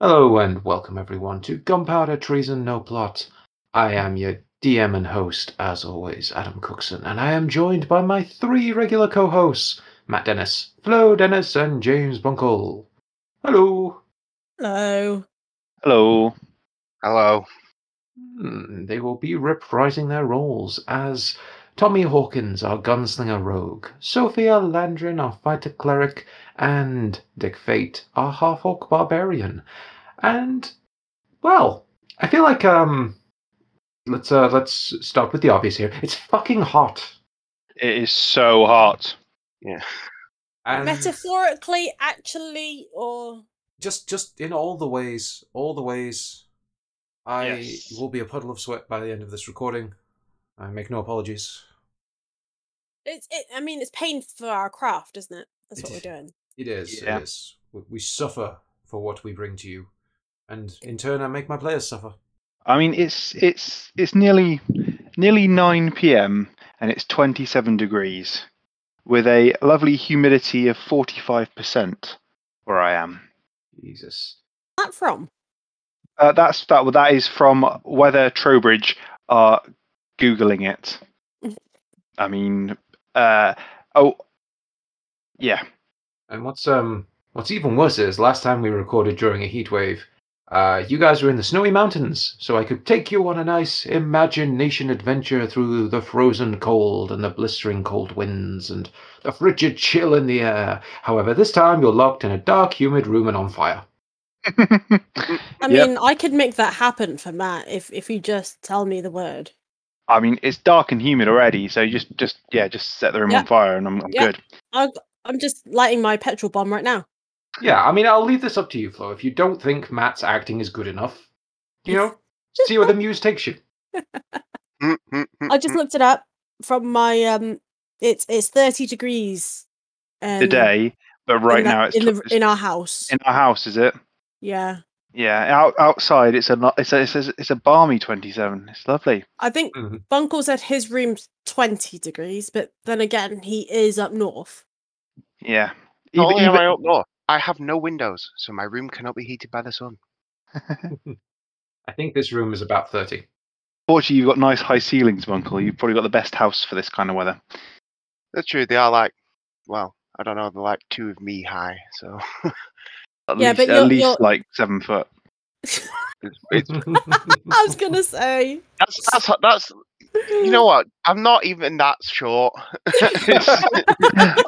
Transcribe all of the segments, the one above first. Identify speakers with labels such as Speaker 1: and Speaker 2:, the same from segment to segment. Speaker 1: Hello and welcome everyone to Gunpowder Treason No Plot. I am your DM and host, as always, Adam Cookson, and I am joined by my three regular co-hosts, Matt Dennis, Flo Dennis, and James Bunkle. Hello.
Speaker 2: Hello.
Speaker 3: Hello. Hello.
Speaker 1: Hmm, They will be reprising their roles as Tommy Hawkins, our gunslinger rogue, Sophia Landrin, our fighter cleric, and Dick Fate, our half orc barbarian. And well, I feel like um, let's uh, let's start with the obvious here. It's fucking hot.
Speaker 3: It is so hot.
Speaker 1: And
Speaker 2: Metaphorically, actually, or
Speaker 1: just just in all the ways, all the ways, I
Speaker 3: Yes.
Speaker 1: will be a puddle of sweat by the end of this recording. I make no apologies.
Speaker 2: it's. It, I mean, it's pain for our craft, isn't it? That's what we're doing.
Speaker 1: It is.
Speaker 3: Yeah.
Speaker 1: It is. We, we suffer for what we bring to you, and in turn, I make my players suffer.
Speaker 3: I mean, it's it's it's nearly nearly 9 p.m. and it's 27 degrees with a lovely humidity of 45% where I am.
Speaker 1: Jesus.
Speaker 2: That from?
Speaker 3: Uh, that's that that is from Weather Trowbridge are googling it. I mean, uh oh yeah.
Speaker 1: And what's um what's even worse is last time we recorded during a heat wave, uh, you guys were in the snowy mountains, so I could take you on a nice imagination adventure through the frozen cold and the blistering cold winds and the frigid chill in the air. However, this time you're locked in a dark, humid room and on fire.
Speaker 2: I
Speaker 3: Yep.
Speaker 2: mean, I could make that happen for Matt if if you just tell me the word.
Speaker 3: I mean, it's dark and humid already, so just just yeah, just set the room
Speaker 2: Yeah.
Speaker 3: on fire and I'm, I'm
Speaker 2: Yeah.
Speaker 3: good.
Speaker 2: I'll, I'm just lighting my petrol bomb right now.
Speaker 1: Yeah, I mean, I'll leave this up to you, Flo. If you don't think Matt's acting is good enough, you know, see where the muse takes you.
Speaker 4: Mm-hmm.
Speaker 2: I
Speaker 3: Mm-hmm.
Speaker 2: just looked it up from my um. It's it's thirty degrees. Um,
Speaker 3: today, but
Speaker 2: in
Speaker 3: right
Speaker 2: the-
Speaker 3: now it's
Speaker 2: in
Speaker 3: tw-
Speaker 2: the
Speaker 3: it's
Speaker 2: in our house.
Speaker 3: in our house, is it?
Speaker 2: yeah,
Speaker 3: Yeah, out, outside it's a lo- it's a, it's a it's a balmy 27. It's lovely.
Speaker 2: I think
Speaker 3: Mm-hmm.
Speaker 1: Mhm.
Speaker 2: Bunkle said his room's twenty degrees, but then again, he is up north.
Speaker 3: Yeah.
Speaker 4: Not
Speaker 3: Even-
Speaker 4: only am
Speaker 3: even-
Speaker 4: Oh, I up north, I have no windows, so my room cannot be heated by the sun.
Speaker 1: I think this room is about 30.
Speaker 3: fortunately, you've got nice high ceilings, Uncle. You've probably got the best house for this kind of weather.
Speaker 4: That's true. They are like, well, I don't know, they're like two of me high. So
Speaker 3: At
Speaker 2: Yeah,
Speaker 3: least,
Speaker 2: but
Speaker 3: at
Speaker 2: you're-
Speaker 3: least
Speaker 2: you're-
Speaker 3: like seven foot.
Speaker 4: it's, it's,
Speaker 2: I was gonna say.
Speaker 4: that's, that's that's you know what? I'm not even that short. It's-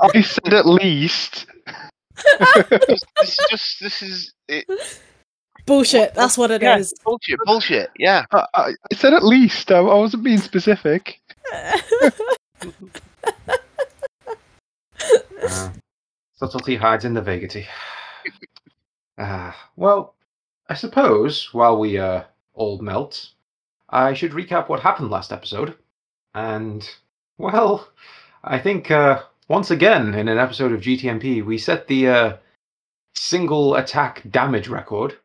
Speaker 3: I said at least.
Speaker 4: this is just this is it,
Speaker 2: Bullshit. That's what it
Speaker 4: yeah,
Speaker 2: is.
Speaker 4: bullshit. Bullshit. Yeah.
Speaker 3: I, I I said at least. I, I wasn't being specific.
Speaker 1: Uh, subtlety hides in the vagity. Ah, well, I suppose while we uh, all melt, I should recap what happened last episode. And, well, I think uh, once again in an episode of GTMP, we set the uh, single attack damage record.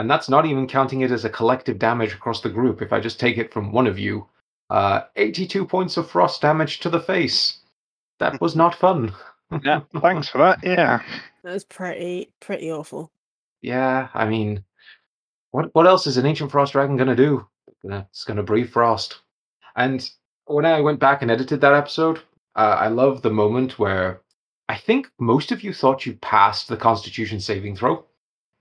Speaker 1: And that's not even counting it as a collective damage across the group. If I just take it from one of you, uh, 82 points of frost damage to the face. That was not fun.
Speaker 3: Yeah, thanks for that. Yeah.
Speaker 2: That was pretty pretty awful.
Speaker 1: Yeah, I mean, what what else is an ancient frost dragon gonna do? Gonna- It's gonna breathe frost. And when I went back and edited that episode, uh, I love the moment where I think most of you thought you passed the Constitution saving throw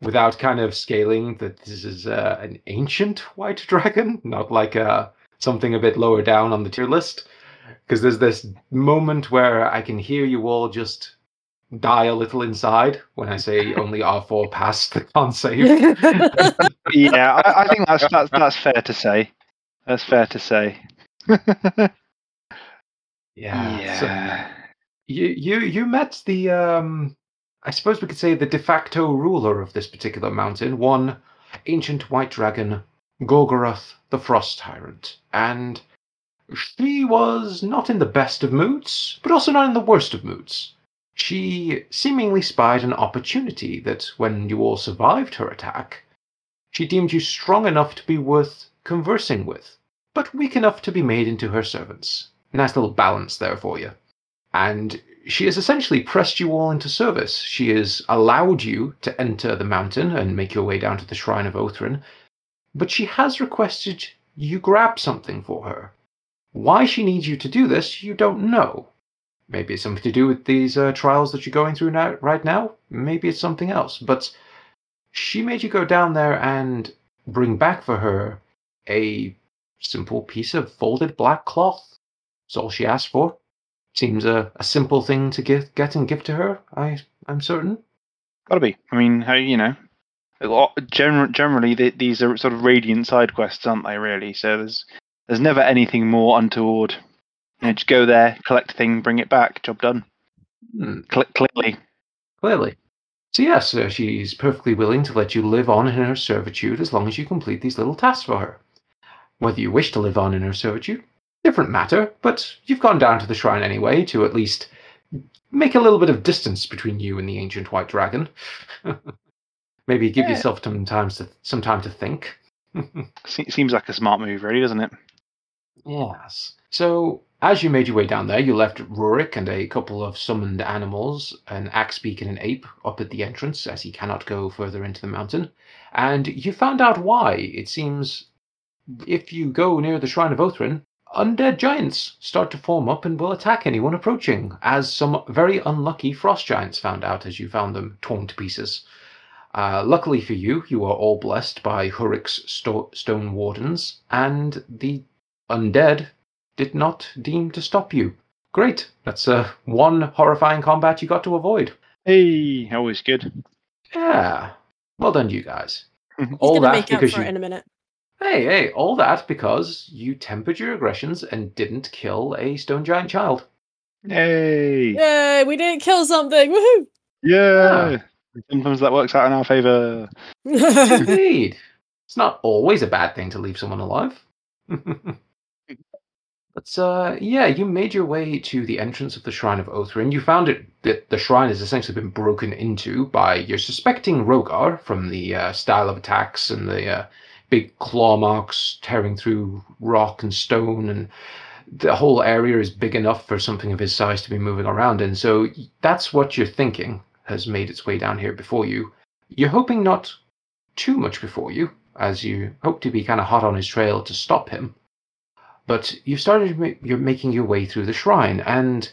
Speaker 1: without kind of scaling that this is uh, an ancient white dragon, not like uh, something a bit lower down on the tier list. Because there's this moment where I can hear you all just die a little inside when I say only R4 passed the con save.
Speaker 3: Yeah, I, I think that's that's that's fair to say. That's fair to say.
Speaker 1: Yeah. so you you you met the um I suppose we could say the de facto ruler of this particular mountain, one ancient white dragon, Gorgoroth the Frost Tyrant. And she was not in the best of moods, but also not in the worst of moods. She seemingly spied an opportunity that when you all survived her attack, she deemed you strong enough to be worth conversing with, but weak enough to be made into her servants. Nice little balance there for you and she has essentially pressed you all into service. She has allowed you to enter the mountain and make your way down to the shrine of Othrin, but she has requested you grab something for her. Why she needs you to do this, you don't know. Maybe it's something to do with these uh, trials that you're going through now, right now. Maybe it's something else. But she made you go down there and bring back for her a simple piece of folded black cloth. That's all she asked for. Seems a, a simple thing to get, get and give to her, I, I'm certain.
Speaker 3: Gotta be. I mean, how you know? a lot- gener- Generally, th these are sort of radiant side quests, aren't they? Really. So there's there's never anything more untoward. You know, just go there, collect thing, bring it back, job done.
Speaker 1: Hmm.
Speaker 3: Cl- clearly,
Speaker 1: Clearly. So, yes, uh, she's perfectly willing to let you live on in her servitude as long as you complete these little tasks for her. Whether you wish to live on in her servitude, different matter, but you've gone down to the shrine anyway to at least make a little bit of distance between you and the ancient white dragon. Maybe give
Speaker 3: Yeah.
Speaker 1: yourself some, times to, some time to think.
Speaker 3: Se- seems like a smart move, really, doesn't it?
Speaker 1: Yes. So, as you made your way down there, you left Rurik and a couple of summoned animals, an axe beak and an ape, up at the entrance, as he cannot go further into the mountain. And you found out why. It seems if you go near the Shrine of Othrin, undead giants start to form up and will attack anyone approaching, as some very unlucky frost giants found out as you found them torn to pieces. Uh, luckily for you, you are all blessed by Hurik's sto- stone wardens, and the undead did not deem to stop you. Great. That's uh, one horrifying combat you got to avoid.
Speaker 3: Hey, always good.
Speaker 1: Yeah. Well done, you guys.
Speaker 3: Mhm.
Speaker 1: all
Speaker 2: He's gonna
Speaker 1: that
Speaker 2: make up
Speaker 1: because
Speaker 2: for
Speaker 1: you.
Speaker 2: it in a minute.
Speaker 1: Hey, hey, all that because you tempered your aggressions and didn't kill a stone giant child.
Speaker 3: Yay!
Speaker 2: Yay, we didn't kill something. Woohoo!
Speaker 3: Yeah. Sometimes that works out in our favour.
Speaker 1: Indeed. It's not always a bad thing to leave someone alive. but uh, yeah, you made your way to the entrance of the Shrine of Othrin. You found it that the shrine has essentially been broken into by you're suspecting Rogar from the uh, style of attacks and the uh, big claw marks tearing through rock and stone and the whole area is big enough for something of his size to be moving around in. So that's what you're thinking has made its way down here before you. You're hoping not too much before you, as you hope to be kind of hot on his trail to stop him. But you've started ma- you're making your way through the shrine, and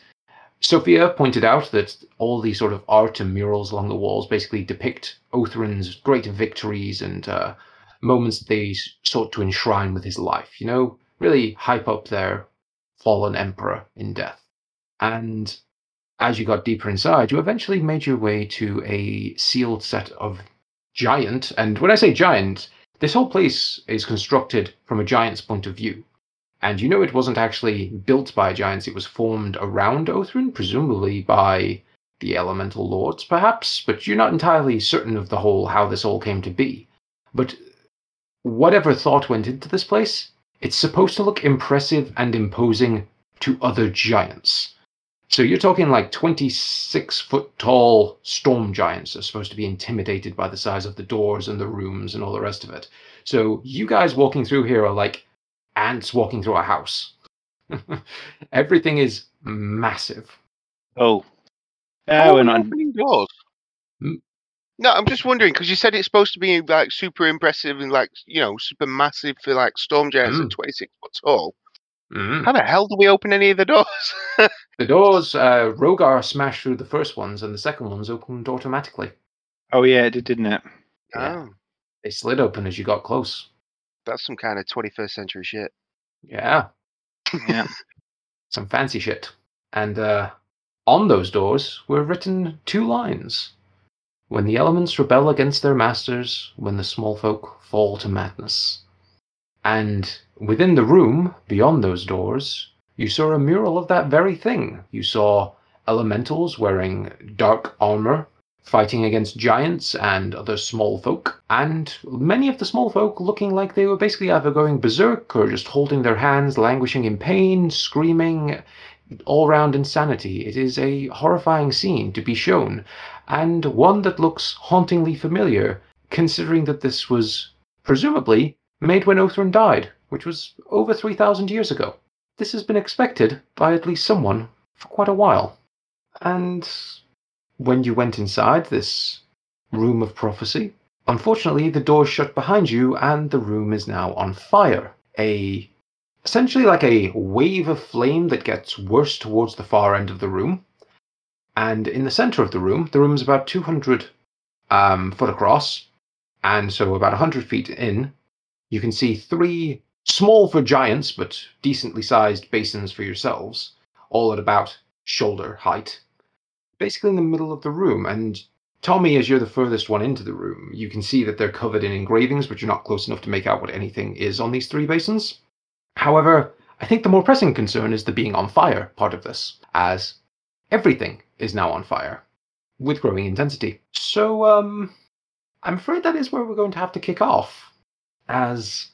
Speaker 1: Sophia pointed out that all these sort of art and murals along the walls basically depict Othrin's great victories and uh, moments that they s- sought to enshrine with his life. You know, really hype up their fallen emperor in death. And as you got deeper inside, you eventually made your way to a sealed set of giant. And when I say giant, this whole place is constructed from a giant's point of view. And you know it wasn't actually built by giants, it was formed around Othrin, presumably by the elemental lords, perhaps, but you're not entirely certain of the whole how this all came to be. But whatever thought went into this place, it's supposed to look impressive and imposing to other giants. So you're talking like 26 foot tall storm giants are supposed to be intimidated by the size of the doors and the rooms and all the rest of it. So you guys walking through here are like ants walking through a house. Everything is massive.
Speaker 3: Oh.
Speaker 4: Oh,
Speaker 3: Oh, we're
Speaker 4: we're
Speaker 3: not.
Speaker 4: opening doors.
Speaker 1: Hmm?
Speaker 4: No, I'm just wondering because you said it's supposed to be like super impressive and like you know super massive for like storm giants
Speaker 1: Mm.
Speaker 4: at 26 foot tall.
Speaker 1: Mm.
Speaker 4: How the hell do we open any of the doors?
Speaker 1: The doors, uh, Rogar smashed through the first ones, and the second ones opened automatically.
Speaker 3: Oh yeah, it did, didn't it?
Speaker 1: Yeah.
Speaker 4: Oh,
Speaker 1: They slid open as you got close.
Speaker 4: that's some kind of 21st century shit.
Speaker 1: Yeah.
Speaker 3: Yeah.
Speaker 1: some fancy shit. And uh, on those doors were written two lines When the elements rebel against their masters, when the small folk fall to madness. And within the room, beyond those doors, you saw a mural of that very thing. You saw elementals wearing dark armor fighting against giants and other small folk, and many of the small folk looking like they were basically either going berserk or just holding their hands, languishing in pain, screaming, all round insanity. It is a horrifying scene to be shown, and one that looks hauntingly familiar, considering that this was presumably made when Othrin died, which was over 3,000 years ago. This has been expected by at least someone for quite a while. And when you went inside this room of prophecy, unfortunately, the door shut behind you and the room is now on fire. A essentially like a wave of flame that gets worse towards the far end of the room. And in the center of the room, the room is about 200 um, foot across, and so about 100 feet in, you can see three small for giants, but decently sized basins for yourselves, all at about shoulder height, basically in the middle of the room. And Tommy, as you're the furthest one into the room, you can see that they're covered in engravings, but you're not close enough to make out what anything is on these three basins. However, I think the more pressing concern is the being on fire part of this, as everything is now on fire with growing intensity. So, um, I'm afraid that is where we're going to have to kick off, as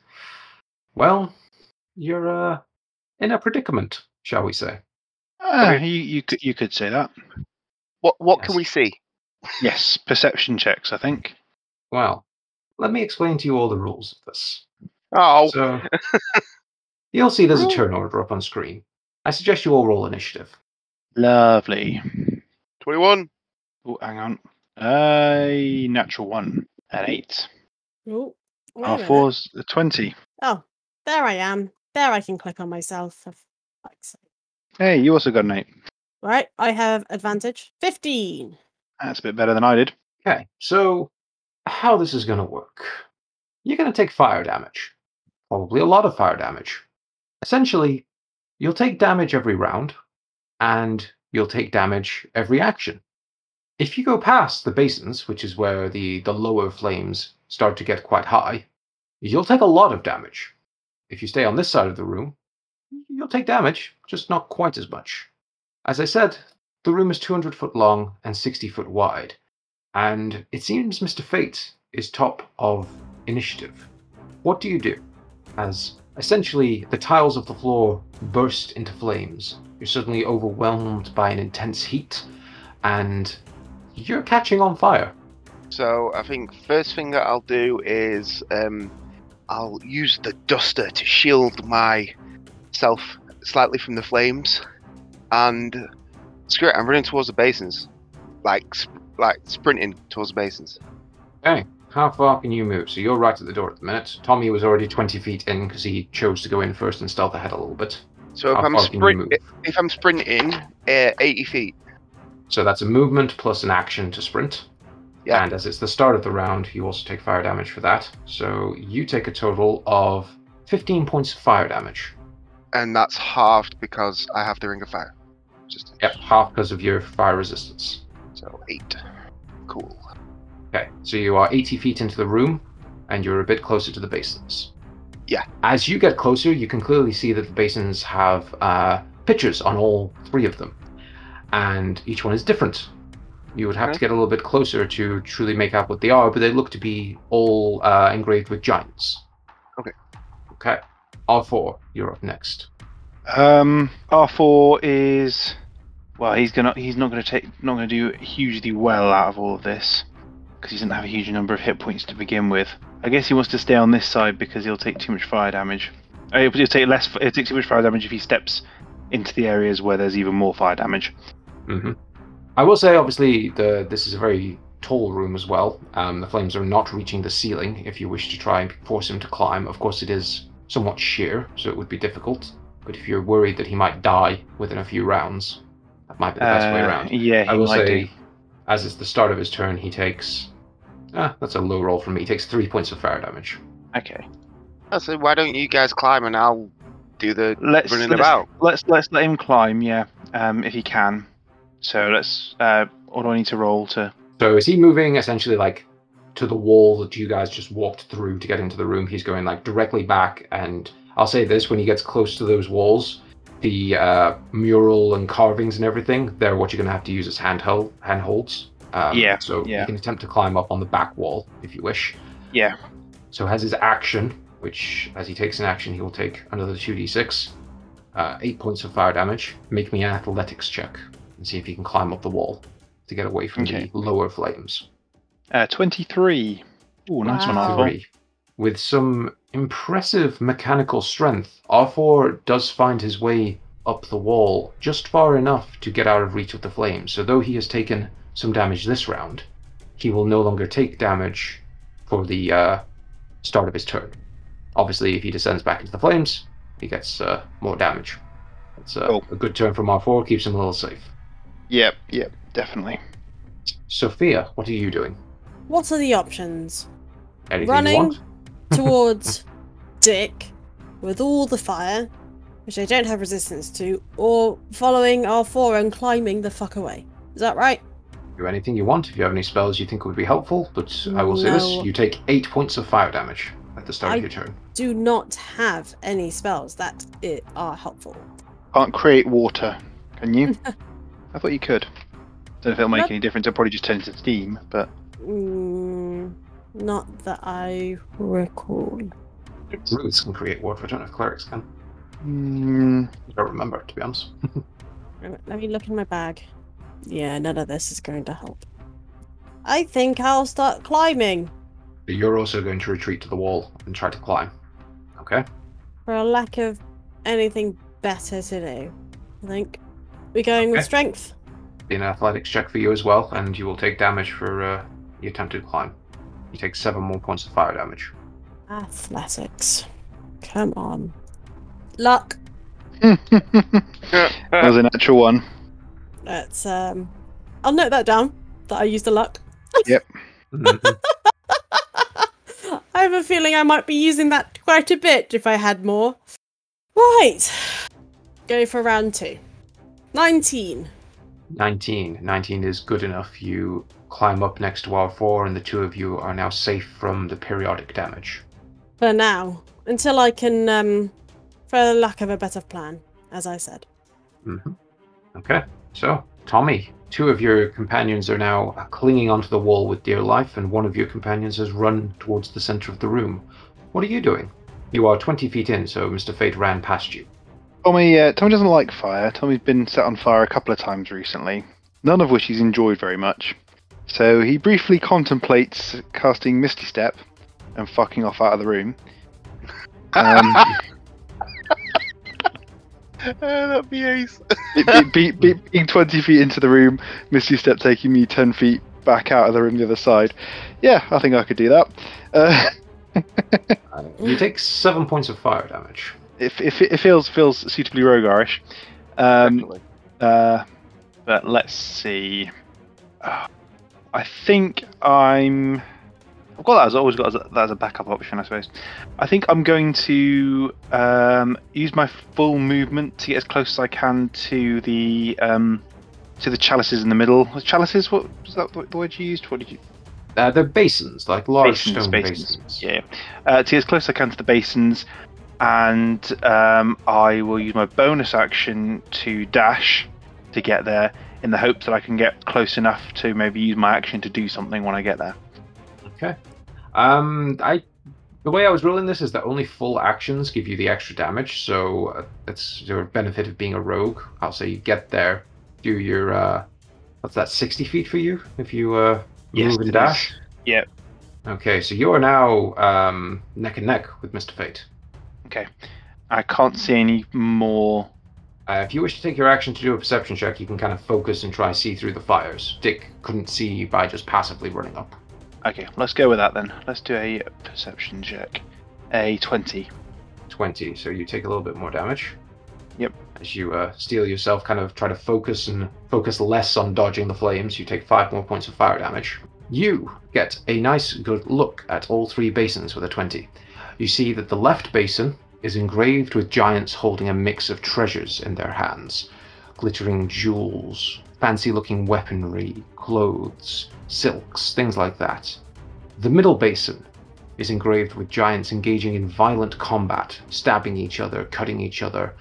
Speaker 1: well, you're uh, in a predicament, shall we say?
Speaker 3: Ah, you, you could you could say that.
Speaker 4: What what can
Speaker 1: Yes.
Speaker 4: we see?
Speaker 3: Yes, perception checks. I think.
Speaker 1: Well, let me explain to you all the rules of this.
Speaker 4: Oh,
Speaker 1: So, you'll see there's a
Speaker 2: Roll.
Speaker 1: turn order up on screen. I suggest you all roll initiative.
Speaker 3: Lovely.
Speaker 4: 21.
Speaker 3: Oh, hang on. A natural one, an eight.
Speaker 2: Ooh, wait a
Speaker 3: Our
Speaker 2: minute.
Speaker 3: four's a twenty.
Speaker 2: Oh, there I am. There I can click on myself. For fuck's sake.
Speaker 3: Hey, you also got an eight.
Speaker 2: Right, I have advantage. 15.
Speaker 3: That's a bit better than I did.
Speaker 1: Okay, so how this is going to work? You're going to take fire damage, probably a lot of fire damage. Essentially, you'll take damage every round, and you'll take damage every action. If you go past the basins, which is where the, the lower flames start to get quite high, you'll take a lot of damage. If you stay on this side of the room, you'll take damage, just not quite as much. As I said, the room is 200 foot long and 60 foot wide and it seems Mr. Fate is top of initiative. What do you do? As essentially the tiles of the floor burst into flames, you're suddenly overwhelmed by an intense heat, and you're catching on fire.
Speaker 4: So I think first thing that I'll do is um, I'll use the duster to shield myself slightly from the flames, and screw it, I'm running towards the basins, like sp- like sprinting towards the basins.
Speaker 1: How far can you move? So you're right at the door at the minute. Tommy was already 20 feet in because he chose to go in first and stealth ahead a little bit.
Speaker 4: So if
Speaker 1: How
Speaker 4: I'm
Speaker 1: far can you
Speaker 4: sprint,
Speaker 1: move?
Speaker 4: if I'm sprinting, uh, 80 feet.
Speaker 1: So that's a movement plus an action to sprint.
Speaker 4: Yeah.
Speaker 1: And as it's the start of the round, you also take fire damage for that. So you take a total of 15 points of fire damage.
Speaker 4: and that's halved because I have the ring of fire. Just
Speaker 1: Yep, half because of your fire resistance.
Speaker 4: so eight. Cool.
Speaker 1: Okay, so you are 80 feet into the room, and you're a bit closer to the basins.
Speaker 4: Yeah.
Speaker 1: As you get closer, you can clearly see that the basins have uh, pictures on all three of them, and each one is different. You would have to
Speaker 4: Okay.
Speaker 1: get a little bit closer to truly make out what they are, but they look to be all uh, engraved with giants.
Speaker 4: Okay.
Speaker 1: Okay. R4, you're up next.
Speaker 3: Um, R four is well. He's gonna. He's not gonna take. Not gonna do hugely well out of all of this because he doesn't have a huge number of hit points to begin with. I guess he wants to stay on this side because he'll take too much fire damage. Uh, He'll he'll take less. He'll take too much fire damage if he steps into the areas where there's even more fire damage.
Speaker 1: hmm I will say, obviously, the this is a very tall room as well. Um, the flames are not reaching the ceiling. If you wish to try and force him to climb, of course, it is somewhat sheer, so it would be difficult. But if you're worried that he might die within a few rounds, that might be the best way
Speaker 3: Uh,
Speaker 1: around.
Speaker 3: Yeah, he
Speaker 1: I will
Speaker 3: might
Speaker 1: say,
Speaker 3: do.
Speaker 1: as it's the start of his turn, he takes. Ah, that's a low roll for me. He takes three points of fire damage.
Speaker 3: Okay.
Speaker 4: I said, why don't you guys climb and I'll do the
Speaker 3: Let's
Speaker 4: running
Speaker 3: let's,
Speaker 4: about?
Speaker 3: let's let's let him climb. Yeah. Um, if he can. So let's. Uh, what do I need to roll to?
Speaker 1: So is he moving essentially like to the wall that you guys just walked through to get into the room? He's going like directly back, and I'll say this: when he gets close to those walls, the uh, mural and carvings and everything—they're what you're going to have to use as handheld handholds. Um,
Speaker 3: Yeah,
Speaker 1: So
Speaker 3: yeah.
Speaker 1: you can attempt to climb up on the back wall if you wish.
Speaker 3: Yeah.
Speaker 1: So has his action, which as he takes an action, he will take another two d6, uh, eight points of fire damage. Make me an athletics check and see if he can climb up the wall to get away from
Speaker 3: Okay.
Speaker 1: the lower flames.
Speaker 3: Uh, 23. Oh, nice one,
Speaker 2: Wow.
Speaker 3: Arthur.
Speaker 1: Three. With some impressive mechanical strength, R4 does find his way up the wall just far enough to get out of reach of the flames. So though he has taken some damage this round, he will no longer take damage for the uh, start of his turn. Obviously, if he descends back into the flames, he gets uh, more damage. It's uh,
Speaker 3: Cool.
Speaker 1: a good turn from R4, keeps him a little safe.
Speaker 3: Yep, yep, definitely.
Speaker 1: Sophia, what are you doing?
Speaker 2: What are the options?
Speaker 1: Anything
Speaker 2: Running.
Speaker 1: you want?
Speaker 2: Towards Dick with all the fire, which I don't have resistance to, or following R4 and climbing the fuck away. Is that right?
Speaker 1: Do anything you want. If you have any spells you think would be helpful, but I will say this:
Speaker 2: No.
Speaker 1: you take eight points of fire damage at the start
Speaker 2: I-
Speaker 1: of your turn.
Speaker 2: Do not have any spells that it are helpful.
Speaker 3: Can't create water, can you? I thought you could. Don't know if it'll make
Speaker 2: Nope.
Speaker 3: any difference. It'll probably just turn into steam, but
Speaker 2: Mm, not that I recall.
Speaker 1: Druids can create water. I don't know if clerics can.
Speaker 3: mm,
Speaker 1: I don't remember, to be honest.
Speaker 2: Let me look in my bag. Yeah, none of this is going to help. I think I'll start climbing
Speaker 1: But you're also going to retreat to the wall and try to climb. Okay.
Speaker 2: for a lack of anything better to do. I think we're going with
Speaker 1: Okay.
Speaker 2: strength.
Speaker 1: Be an athletics check for you as well, and you will take damage for uh, the attempted climb. You take seven more points of fire damage.
Speaker 2: Athletics. Come on. Luck.
Speaker 3: Uh, that was a natural one.
Speaker 2: Let's um. I'll note that down. That I used a luck. I have a feeling I might be using that quite a bit if I had more. Right. Go for round two. Nineteen.
Speaker 1: 19. 19 is good enough. You climb up next to R4, and the two of you are now safe from the periodic damage.
Speaker 2: For now, until I can, um, for lack of a better plan, as I said.
Speaker 1: hmm Okay. So, Tommy, two of your companions are now clinging onto the wall with dear life, and one of your companions has run towards the center of the room. What are you doing? You are 20 feet in, so Mr. Fate ran past you.
Speaker 3: Tommy, uh, Tommy doesn't like fire. Tommy's been set on fire a couple of times recently, none of which he's enjoyed very much. So he briefly contemplates casting Misty Step and fucking off out of the room. Um,
Speaker 4: that'd be ace.
Speaker 3: it, it beat, beat, being 20 feet into the room, Misty Step taking me 10 feet back out of the room the other side. Yeah, I think I could do that. Uh,
Speaker 1: Uh, you take seven points of fire damage.
Speaker 3: if, if it feels feels suitably rogarish. Um,
Speaker 4: Definitely.
Speaker 3: Uh, but let's see. Ah, I think I'm. I've got that. I've always got as a- that as a backup option, I suppose. I think I'm going to um, use my full movement to get as close as I can to the um, to the chalices in the middle. Was chalices? What was that? The the word you used? What did you?
Speaker 1: Uh, they're basins, like large
Speaker 3: Basins,
Speaker 1: stone
Speaker 3: basins.
Speaker 1: basins.
Speaker 3: Yeah. Uh, to get as close as I can to the basins, and um, I will use my bonus action to dash to get there in the hope that I can get close enough to maybe use my action to do something when I get there.
Speaker 1: Okay. Um, I the way I was ruling this is that only full actions give you the extra damage, so uh, it's your benefit of being a rogue. I'll say you get there, do your uh, what's that, sixty feet for you if you uh move and dash.
Speaker 3: Yep.
Speaker 1: Okay, so you are now um neck and neck with Mister Fate.
Speaker 3: I can't see any more.
Speaker 1: Uh, if you wish to take your action to do a perception check, you can kind of focus and try see through the fires. Dick couldn't see by just passively running up.
Speaker 3: Okay, let's go with that then. Let's do a perception check. A 20.
Speaker 1: 20, so you take a little bit more damage.
Speaker 3: Yep.
Speaker 1: As you uh, steel yourself, kind of try to focus and focus less on dodging the flames, you take five more points of fire damage. You get a nice good look at all three basins with a 20. You see that the left basin is engraved with giants holding a mix of treasures in their hands glittering jewels, fancy looking weaponry, clothes, silks, things like that. The middle basin is engraved with giants engaging in violent combat, stabbing each other, cutting each other,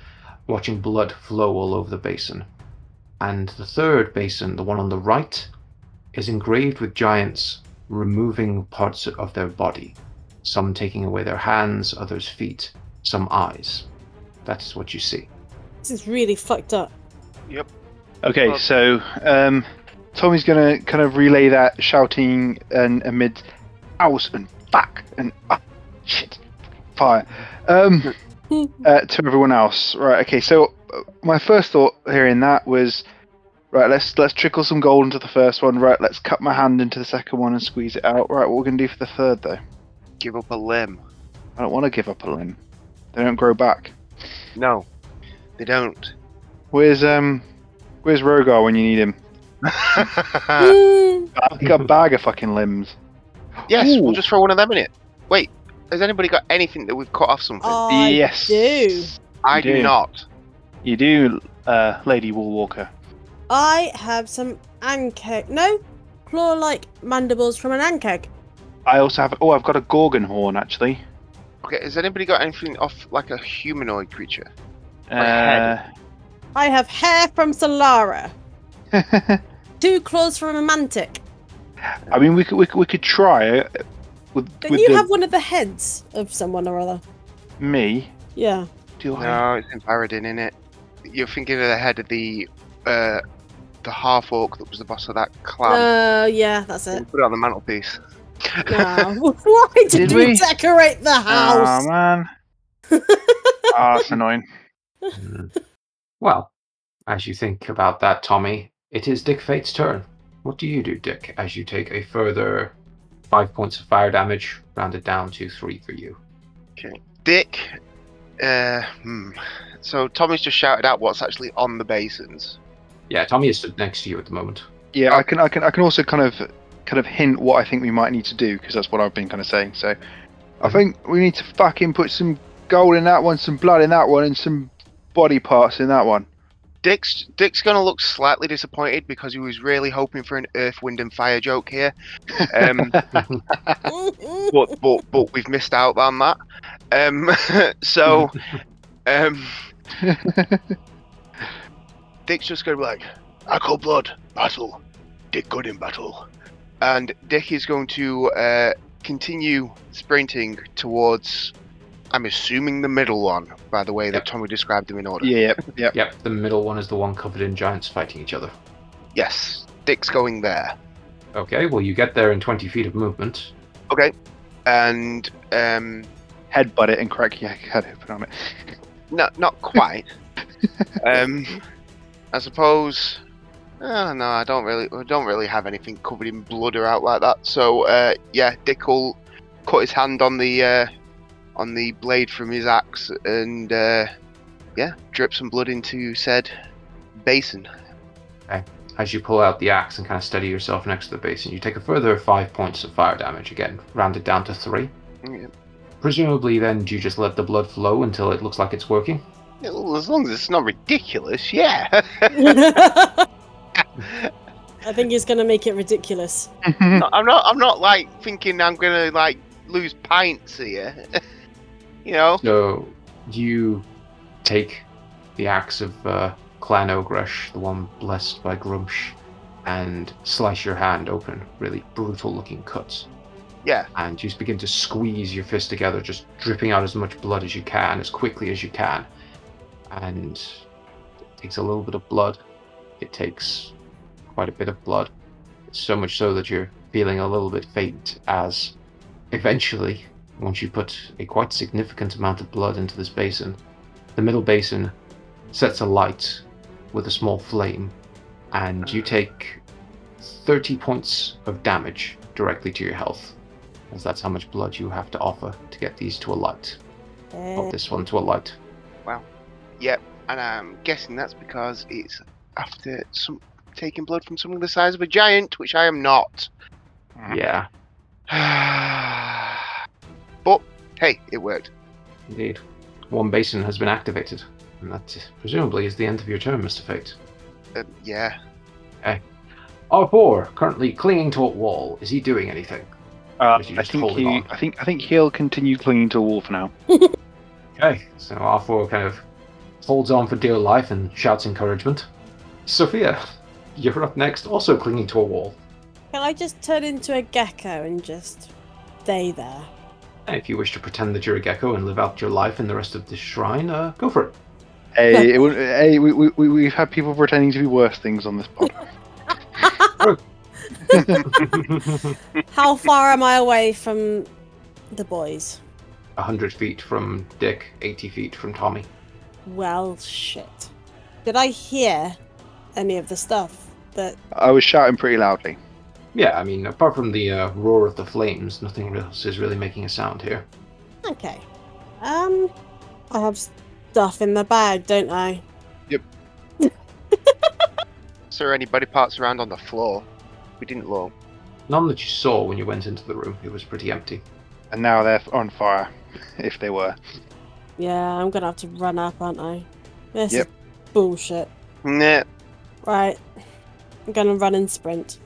Speaker 1: watching blood flow all over the basin. And the third basin, the one on the right, is engraved with giants removing parts of their body, some taking away their hands, others' feet, some eyes. That is what you see.
Speaker 2: This is really fucked up.
Speaker 3: Okay,
Speaker 4: Well-
Speaker 3: so um, Tommy's gonna kind of relay that shouting and amid out and back and up, shit, fire, um, uh, to everyone else. Right. Okay, so my first thought hearing that was, right, let's let's trickle some gold into the first one. Right, let's cut my hand into the second one and squeeze it out. Right, what we're gonna do for the third though?
Speaker 4: Give up a limb.
Speaker 3: I don't want to give up a limb. They don't grow back.
Speaker 4: No, they don't.
Speaker 3: Where's um, where's Rogar when you need him? Uh,
Speaker 4: yes,
Speaker 2: Mm,
Speaker 3: I've got a bag of fucking limbs.
Speaker 4: we'll
Speaker 3: Ooh.
Speaker 4: just throw one of them in it. Wait, has anybody got anything that we've cut off something?
Speaker 2: I
Speaker 3: yes.
Speaker 2: do.
Speaker 4: I
Speaker 3: you
Speaker 4: do
Speaker 3: do.
Speaker 4: not.
Speaker 3: You do, uh, Lady Woolwalker.
Speaker 2: I have some ankeg. No, claw-like mandibles from an ankeg.
Speaker 3: I also have. Oh, I've got a gorgon horn actually.
Speaker 4: Okay, has anybody got anything off like a humanoid creature?
Speaker 3: Uh,
Speaker 4: head.
Speaker 2: I have hair from Solara. Two claws from a mantic.
Speaker 3: I mean, we could we could, we could try uh, with
Speaker 2: Don't
Speaker 3: with
Speaker 2: you
Speaker 3: the,
Speaker 2: have one of the heads of someone or other?
Speaker 3: me.
Speaker 2: Yeah.
Speaker 3: Do I?
Speaker 4: No, it's in Paradin, is it? You're thinking of the head of the uh, the half orc that was the boss of that clan.
Speaker 2: Uh, yeah, that's
Speaker 4: we
Speaker 2: it.
Speaker 4: put it on the mantelpiece.
Speaker 2: No. Why did,
Speaker 3: Did
Speaker 2: you
Speaker 3: we?
Speaker 2: decorate the house?
Speaker 3: Oh man. Ah, that's annoying.
Speaker 1: Mm. well, as you think about that, Tommy, it is Dick Fate's turn. What do you do, Dick, as you take a further five points of fire damage, rounded down to three for you?
Speaker 4: Dick. Uh, hmm. So Tommy's just shouted out what's actually on the basins.
Speaker 1: Yeah, Tommy is stood next to you at the moment.
Speaker 3: Yeah, I can I can I can also kind of kind of hint what I think we might need to do because that's what I've been kind of saying. So, I think we need to fucking put some gold in that one, some blood in that one, and some body parts in that one.
Speaker 4: Dick's Dick's gonna look slightly disappointed because he was really hoping for an Earth, Wind, and Fire joke here. Um,
Speaker 2: Mm-mm.
Speaker 4: but but but we've missed out on that. Um, so um, Dick's just gonna be like, "I call blood battle, Dick good in battle," and Dick is going to uh, continue sprinting towards. I'm assuming the middle one, by the way that Tommy described them in order.
Speaker 3: yeah, yeah.
Speaker 1: Yep, the middle one is the one covered in giants fighting each other.
Speaker 4: Yes, Dick's going there.
Speaker 1: Okay, well, you get there in 20 feet of movement.
Speaker 4: Okay. And um
Speaker 3: Headbutt it and crack your head open on it.
Speaker 4: no not quite. um I suppose Oh, no, I don't really I don't really have anything covered in blood or out like that. So uh yeah, Dick will cut his hand on the uh on the blade from his axe and uh yeah, drip some blood into said basin.
Speaker 1: As you pull out the axe and kind of steady yourself next to the basin, you take a further five points of fire damage, again, rounded down to three.
Speaker 4: Yeah.
Speaker 1: Presumably, then, do you just let the blood flow until it looks like it's working?
Speaker 4: Well, As long as it's not ridiculous, yeah.
Speaker 2: I think he's gonna make it ridiculous.
Speaker 4: I'm not I'm not like thinking I'm gonna like lose pints here. you know?
Speaker 1: So you take the axe of uh, Clan Ogresh, the one blessed by Grumsh, and slice your hand open, really brutal looking cuts.
Speaker 4: Yeah.
Speaker 1: And you just begin to squeeze your fist together, just dripping out as much blood as you can, as quickly as you can. And it takes a little bit of blood. It takes quite a bit of blood. So much so that you're feeling a little bit faint as eventually once you put a quite significant amount of blood into this basin, the middle basin sets alight with a small flame, and you take 30 points of damage directly to your health, as that's how much blood you have to offer to get these to alight. Or
Speaker 2: Uh,
Speaker 1: this one to alight.
Speaker 4: And I'm guessing that's because it's after some taking blood from something the size of a giant, which I am not.
Speaker 1: Yeah,
Speaker 3: Uh,
Speaker 4: but hey, it worked.
Speaker 1: indeed. One basin has been activated, and that presumably is the end of your turn, Mr. Fate.
Speaker 4: Um, yeah.
Speaker 1: R4, currently clinging to a wall. Is he doing anything?
Speaker 3: Uh,
Speaker 1: Is he
Speaker 3: I
Speaker 1: just
Speaker 3: think
Speaker 1: holding
Speaker 3: he,
Speaker 1: on?
Speaker 3: I think I think he'll continue clinging to a wall for now.
Speaker 1: Okay, so R4 kind of holds on for dear life and shouts encouragement. Sophia, you're up next, also clinging to a wall.
Speaker 2: can I just turn into a gecko and just stay there?
Speaker 1: If you wish to pretend that you're a gecko and live out your life in the rest of this shrine, uh, go for it.
Speaker 3: Hey, it wouldn't- hey, we, we, we, we've had people pretending to be worse things on this podcast.
Speaker 2: How far am I away from the boys?
Speaker 1: 100 feet from Dick, 80 feet from Tommy.
Speaker 2: Well, shit. Did I hear any of the stuff that
Speaker 3: I was shouting pretty loudly.
Speaker 1: Yeah, I mean, apart from the uh, roar of the flames, nothing else is really making a sound here.
Speaker 2: Okay. Um, I have stuff in the bag, don't I?
Speaker 4: Is there any body parts around on the floor? We didn't look.
Speaker 1: None that you saw when you went into the room. It was pretty empty.
Speaker 3: And now they're on fire, if they were.
Speaker 2: Yeah, I'm gonna have to run up, aren't I? This
Speaker 3: Yep.
Speaker 2: is bullshit.
Speaker 4: Nah,
Speaker 2: Right. I'm gonna run and sprint.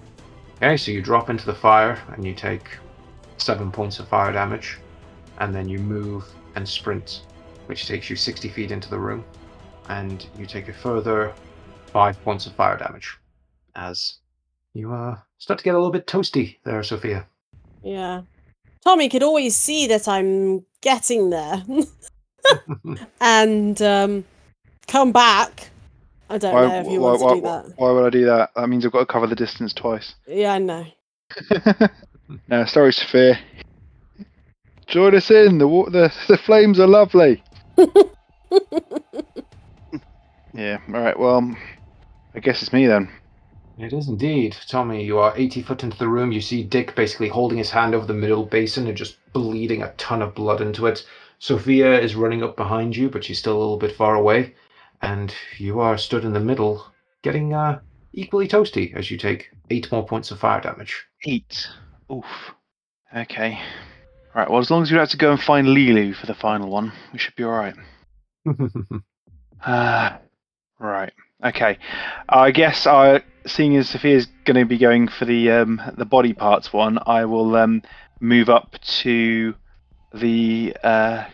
Speaker 1: Okay, so you drop into the fire and you take seven points of fire damage, and then you move and sprint, which takes you 60 feet into the room, and you take a further five points of fire damage as you uh, start to get a little bit toasty there, Sophia.
Speaker 2: Yeah. Tommy could always see that I'm getting there and um, come back. I don't know if you want to do
Speaker 3: why-
Speaker 2: that.
Speaker 3: why would I do that? That means I've got to cover the distance twice.
Speaker 2: Yeah, I know.
Speaker 3: no, sorry, Sophia. Join us in. The wa- the the flames are lovely. yeah. All right. Well, I guess it's me then.
Speaker 1: It is indeed. Tommy, you are 80 foot into the room. You see Dick basically holding his hand over the middle basin and just bleeding a ton of blood into it. Sophia is running up behind you, but she's still a little bit far away. And you are stood in the middle, getting uh, equally toasty as you take eight more points of fire damage.
Speaker 3: Eight. Oof. Okay. All right. Well, as long as we don't have to go and find Lulu for the final one, we should be all right. Uh, right. Okay. I guess I, seeing as Sophia's going to be going for the um, the body parts one, I will um, move up to the uh,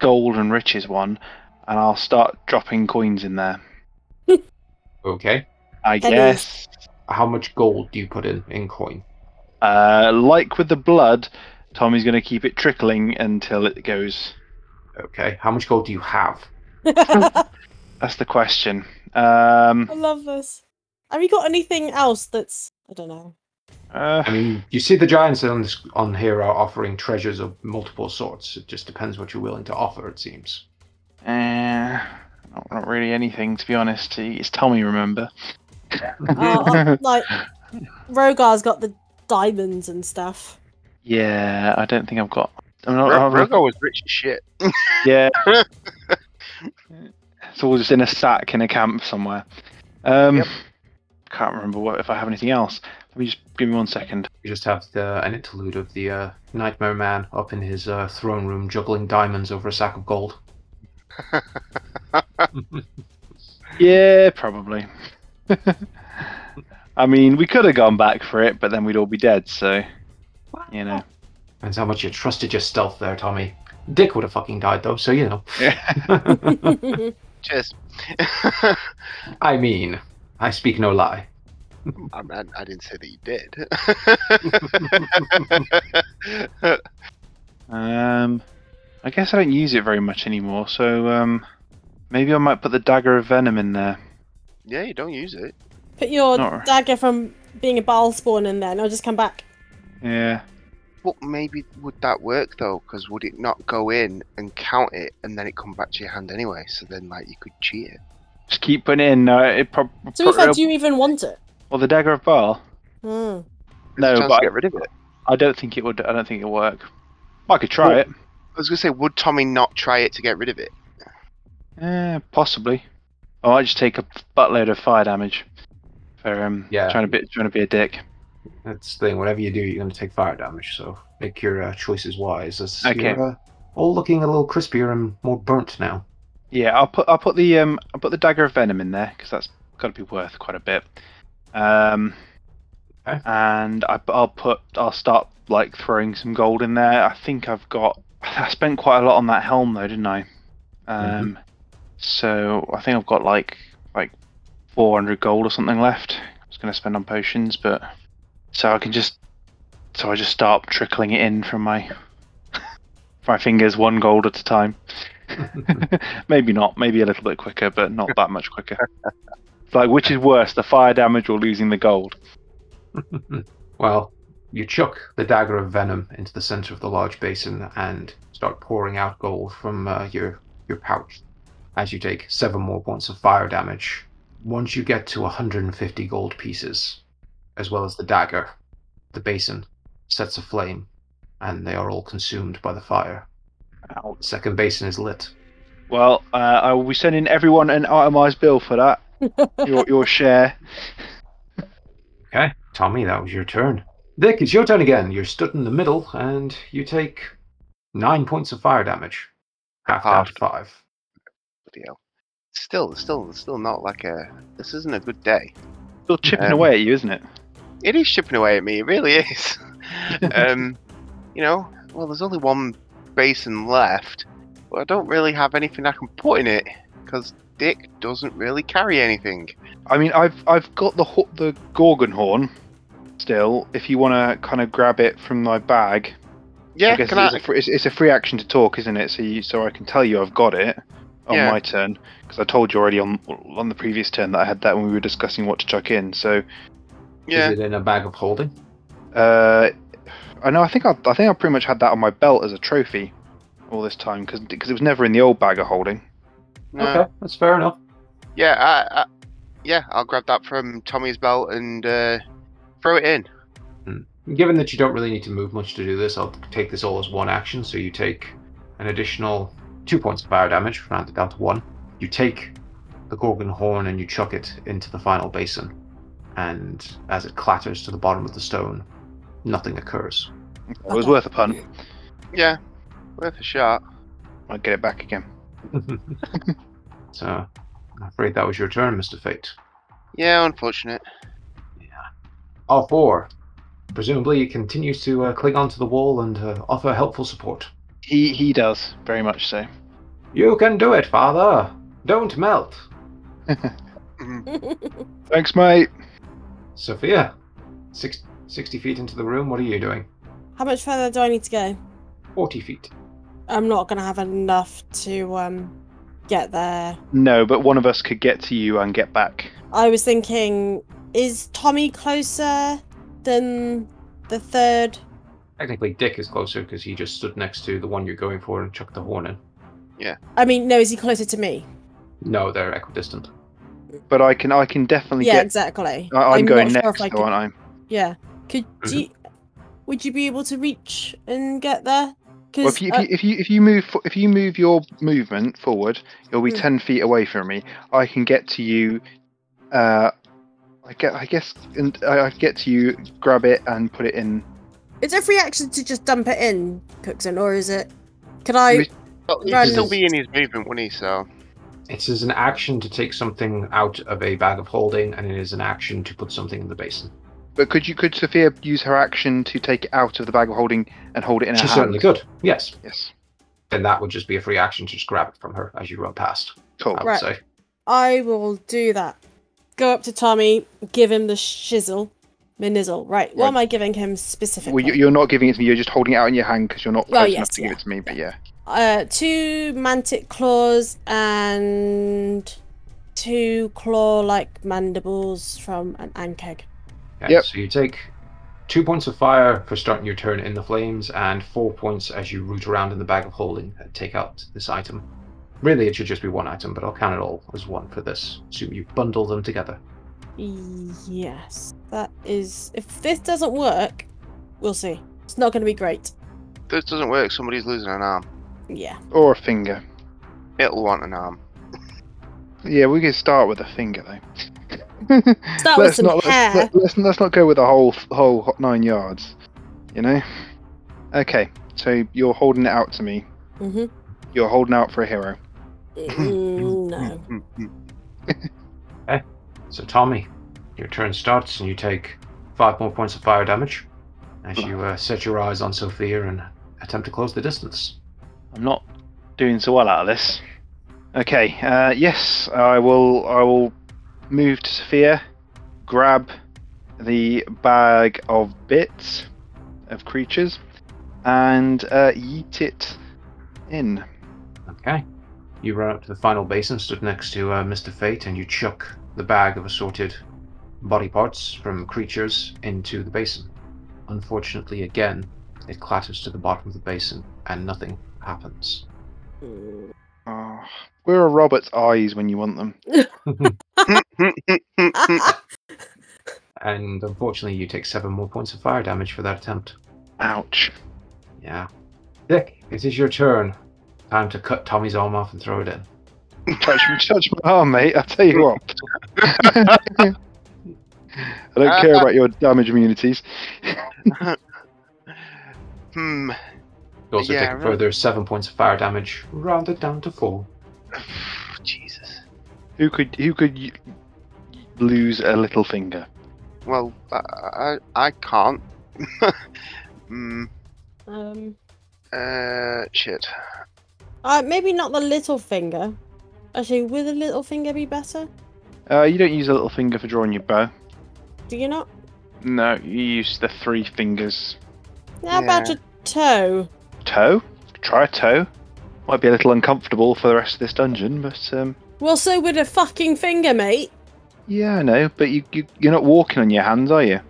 Speaker 3: gold and riches one, and I'll start dropping coins in there.
Speaker 1: okay.
Speaker 3: I
Speaker 2: Pennies.
Speaker 3: guess.
Speaker 1: How much gold do you put in in coin?
Speaker 3: Uh, like with the blood, Tommy's going to keep it trickling until it goes.
Speaker 1: Okay. How much gold do you have?
Speaker 2: I
Speaker 3: That's the question. Um,
Speaker 2: love this. Have you got anything else that's I don't know.
Speaker 3: uh,
Speaker 1: I mean, you see the giants on, this, on here are offering treasures of multiple sorts. It just depends what you're willing to offer, it seems.
Speaker 3: Eh, not, not really anything, to be honest. It's Tommy, remember?
Speaker 2: Oh, oh, like Rogar's got the diamonds and stuff.
Speaker 3: Yeah, I don't think I've got. I'm not,
Speaker 4: Ro-
Speaker 3: I'm not-
Speaker 4: Rogo was rich as shit.
Speaker 3: yeah. it's all just in a sack in a camp somewhere. Um,
Speaker 4: Yep.
Speaker 3: Can't remember what if I have anything else. Let me just give me one second.
Speaker 1: You just have the, an interlude of the uh, Nightmare Man up in his uh, throne room juggling diamonds over a sack of gold.
Speaker 3: Yeah, probably. I mean, we could have gone back for it, but then we'd all be dead, so. You know.
Speaker 1: Depends how much you trusted your stealth there, Tommy. Dick would have fucking died though, so you know.
Speaker 4: Cheers.
Speaker 1: I mean, I speak no lie.
Speaker 4: I, I, I didn't say that you did.
Speaker 3: Um, I guess I don't use it very much anymore, so um, maybe I might put the dagger of venom in there.
Speaker 4: yeah, you don't use it.
Speaker 2: Put your
Speaker 3: No.
Speaker 2: dagger from being a bile spawn in there, and I'll just come back.
Speaker 3: Yeah.
Speaker 4: But maybe would that work though? Because would it not go in and count it, and then it come back to your hand anyway? So then, like, you could cheat it.
Speaker 3: Just keep putting it in. No, it prob-
Speaker 2: To be fair,
Speaker 3: prob-
Speaker 2: do you even want it?
Speaker 3: Well, the dagger of Baal.
Speaker 2: Hmm.
Speaker 4: There's a
Speaker 3: No,
Speaker 4: chance
Speaker 3: Oh, but
Speaker 4: to get rid of it.
Speaker 3: I don't think it would. I don't think it'll work. I could try
Speaker 4: Well-
Speaker 3: it.
Speaker 4: I was gonna say, would Tommy not try it to get rid of it?
Speaker 3: Eh, possibly. I might just take a buttload of fire damage. For um,
Speaker 1: Yeah.
Speaker 3: trying to be trying to be a dick.
Speaker 1: That's the thing. Whatever you do, you're going to take fire damage. So make your uh, choices wise. As
Speaker 3: Okay.
Speaker 1: You're, uh, all looking a little crispier and more burnt now.
Speaker 3: Yeah, I'll put I'll put the um I'll put the dagger of venom in there because that's got to be worth quite a bit. Um,
Speaker 1: Okay.
Speaker 3: and I I'll put I'll start like throwing some gold in there. I think I've got I spent quite a lot on that helm though, didn't I? Um, so I think I've got like like 400 gold or something left. I was gonna spend on potions, but so I can just so I just start trickling it in from my my fingers, one gold at a time. maybe not. Maybe a little bit quicker, but not that much quicker. It's like, which is worse, the fire damage or losing the gold?
Speaker 1: well, you chuck the dagger of venom into the center of the large basin and start pouring out gold from uh, your your pouch as you take seven more points of fire damage once you get to 150 gold pieces, as well as the dagger, the basin sets aflame, and they are all consumed by the fire.
Speaker 3: Ow.
Speaker 1: The second basin is lit.
Speaker 3: Well, uh, I will be sending everyone an itemized bill for that. Your your share.
Speaker 1: Okay, Tommy, that was your turn. Nick, it's your turn again. You're stood in the middle, and you take nine points of fire damage. Half down to
Speaker 4: Halved.
Speaker 1: five.
Speaker 4: Bloody hell. Still, still, still not like a. This isn't a good day.
Speaker 3: Still chipping
Speaker 4: Um,
Speaker 3: away at you, isn't it?
Speaker 4: It is chipping away at me. It really is. um, you know, well, there's only one basin left, but I don't really have anything I can put in it because Dick doesn't really carry anything.
Speaker 3: I mean, I've I've got the ho- the gorgon horn still. If you want to kind of grab it from my bag,
Speaker 4: Yeah,
Speaker 3: I guess
Speaker 4: can
Speaker 3: it's, a
Speaker 4: I?
Speaker 3: fr- it's, it's a free action to talk, isn't it? So you, so I can tell you I've got it on
Speaker 4: Yeah.
Speaker 3: my turn because I told you already on on the previous turn that I had that when we were discussing what to chuck in. So
Speaker 4: Yeah,
Speaker 1: Is it in a bag of holding?
Speaker 3: uh, I know I think I, I think I pretty much had that on my belt as a trophy all this time because it was never in the old bag of holding.
Speaker 4: no.
Speaker 1: Okay, that's fair enough.
Speaker 4: yeah, I, I, yeah. I'll grab that from Tommy's belt and uh, throw it in.
Speaker 1: Given that you don't really need to move much to do this, I'll take this all as one action. So you take an additional two points of fire damage, rounded down to one. You take the Gorgon horn and you chuck it into the final basin. And as it clatters to the bottom of the stone, nothing occurs.
Speaker 3: It was worth a punt.
Speaker 4: Yeah, worth a shot.
Speaker 3: I'll get it back again.
Speaker 1: so I'm afraid that was your turn, Mr. Fate.
Speaker 4: Yeah, unfortunate.
Speaker 1: All four. Presumably, continues to uh, cling onto the wall and uh, offer helpful support.
Speaker 3: He he does very much so.
Speaker 1: You can do it, Father. Don't melt.
Speaker 3: Thanks, mate.
Speaker 1: Sophia, six, 60 feet into the room, what are you doing?
Speaker 2: How much further do I need to go?
Speaker 1: 40 feet.
Speaker 2: I'm not gonna have enough to um get there.
Speaker 3: No, but one of us could get to you and get back.
Speaker 2: I was thinking, is Tommy closer than the third?
Speaker 1: Technically, Dick is closer because he just stood next to the one you're going for and chucked the horn in.
Speaker 2: I mean, no, is he closer to me?
Speaker 1: No, they're equidistant.
Speaker 3: But I can I can definitely
Speaker 2: yeah,
Speaker 3: get.
Speaker 2: exactly.
Speaker 3: I, I'm, going
Speaker 2: not sure
Speaker 3: next,
Speaker 2: if I
Speaker 3: though,
Speaker 2: could-
Speaker 3: aren't I?
Speaker 2: Yeah. Could
Speaker 1: Mhm.
Speaker 3: Mm-hmm.
Speaker 2: you? Would you be able to reach and get there?
Speaker 3: Well,
Speaker 2: Because uh,
Speaker 3: if you, if you if you if you move fo- if you move your movement forward, you'll be
Speaker 2: Hmm.
Speaker 3: ten feet away from me. I can get to you. Uh, I get I guess and I, I get to you, grab it and put it in.
Speaker 2: it's a free action to just dump it in, Cookson, or is it? Can I?
Speaker 3: Re-
Speaker 4: But he'd
Speaker 2: Run.
Speaker 4: still be in his movement, wouldn't he? So
Speaker 1: It is an action to take something out of a bag of holding, and it is an action to put something in the basin.
Speaker 3: But could you could Sophia use her action to take it out of the bag of holding and hold it in her
Speaker 1: She
Speaker 3: hand?
Speaker 1: certainly could. Yes.
Speaker 3: Yes.
Speaker 1: Then that would just be a free action to just grab it from her as you run past,
Speaker 3: Cool.
Speaker 1: I would
Speaker 2: Right.
Speaker 1: say.
Speaker 2: I will do that. Go up to Tommy, give him the shizzle, my nizzle. Right. What
Speaker 3: Right.
Speaker 2: am I giving him specifically?
Speaker 3: Well, you, you're not giving it to me. You're just holding it out in your hand because you're not
Speaker 2: Well,
Speaker 3: close
Speaker 2: yes,
Speaker 3: enough to
Speaker 2: yeah.
Speaker 3: give it to me. But yeah.
Speaker 2: uh, two mantic claws and two claw-like mandibles from an ankeg.
Speaker 1: Okay,
Speaker 3: Yep.
Speaker 1: So you take two points of fire for starting your turn in the flames, and four points as you root around in the bag of holding and take out this item. Really, it should just be one item, but I'll count it all as one for this. Assume you bundle them together.
Speaker 2: Yes, that is. If this doesn't work, we'll see. It's not going to be great.
Speaker 4: if this doesn't work. Somebody's losing an arm.
Speaker 2: Yeah.
Speaker 3: Or a finger.
Speaker 4: It'll want an arm.
Speaker 3: Yeah, we could start with a finger though.
Speaker 2: Start with some
Speaker 3: not,
Speaker 2: hair.
Speaker 3: Let's, let, us let's not go with a whole whole hot nine yards. You know. Okay, so you're holding it out to me.
Speaker 2: Mm-hmm.
Speaker 3: You're holding out for a hero.
Speaker 2: no.
Speaker 1: So, Tommy, your turn starts, and you take five more points of fire damage as you uh, set your eyes on Sophia and attempt to close the distance.
Speaker 3: I'm not doing so well out of this. Okay. Uh, yes, I will. I will move to Sophia, grab the bag of bits of creatures, and uh, yeet it in.
Speaker 1: Okay. You run up to the final basin, stood next to uh, Mr. Fate, and you chuck the bag of assorted body parts from creatures into the basin. Unfortunately, again, it clatters to the bottom of the basin, and nothing happens.
Speaker 3: Ah, Oh, where are Robert's eyes when you want them?
Speaker 4: Hmm,
Speaker 2: Ah,
Speaker 1: and unfortunately, you take seven more points of fire damage for that attempt.
Speaker 3: Ouch.
Speaker 1: Yeah. Dick, it is your turn. Time to cut Tommy's arm off and throw it in.
Speaker 3: Touch, touch my arm, Ah, mate. I'll tell you what. I don't care about your damage immunities.
Speaker 4: hmm.
Speaker 1: You also
Speaker 4: Yeah,
Speaker 1: take a
Speaker 4: right.
Speaker 1: further seven points of fire damage, rounded down to four.
Speaker 4: Jesus.
Speaker 3: Who could who could y- lose a little finger?
Speaker 4: Well, I I, I can't. Hmm.
Speaker 2: um,
Speaker 4: uh, shit.
Speaker 2: uh, maybe not the little finger. Actually, would the little finger be better?
Speaker 3: Uh, you don't use a little finger for drawing your bow.
Speaker 2: Do you not?
Speaker 3: No, you use the three fingers.
Speaker 2: How about
Speaker 4: Yeah.
Speaker 2: a toe?
Speaker 3: Toe. Try a toe. Might be a little uncomfortable for the rest of this dungeon, but um,
Speaker 2: Well, so would a fucking finger, mate.
Speaker 3: yeah, I know. But you, you you're not walking on your hands, are you?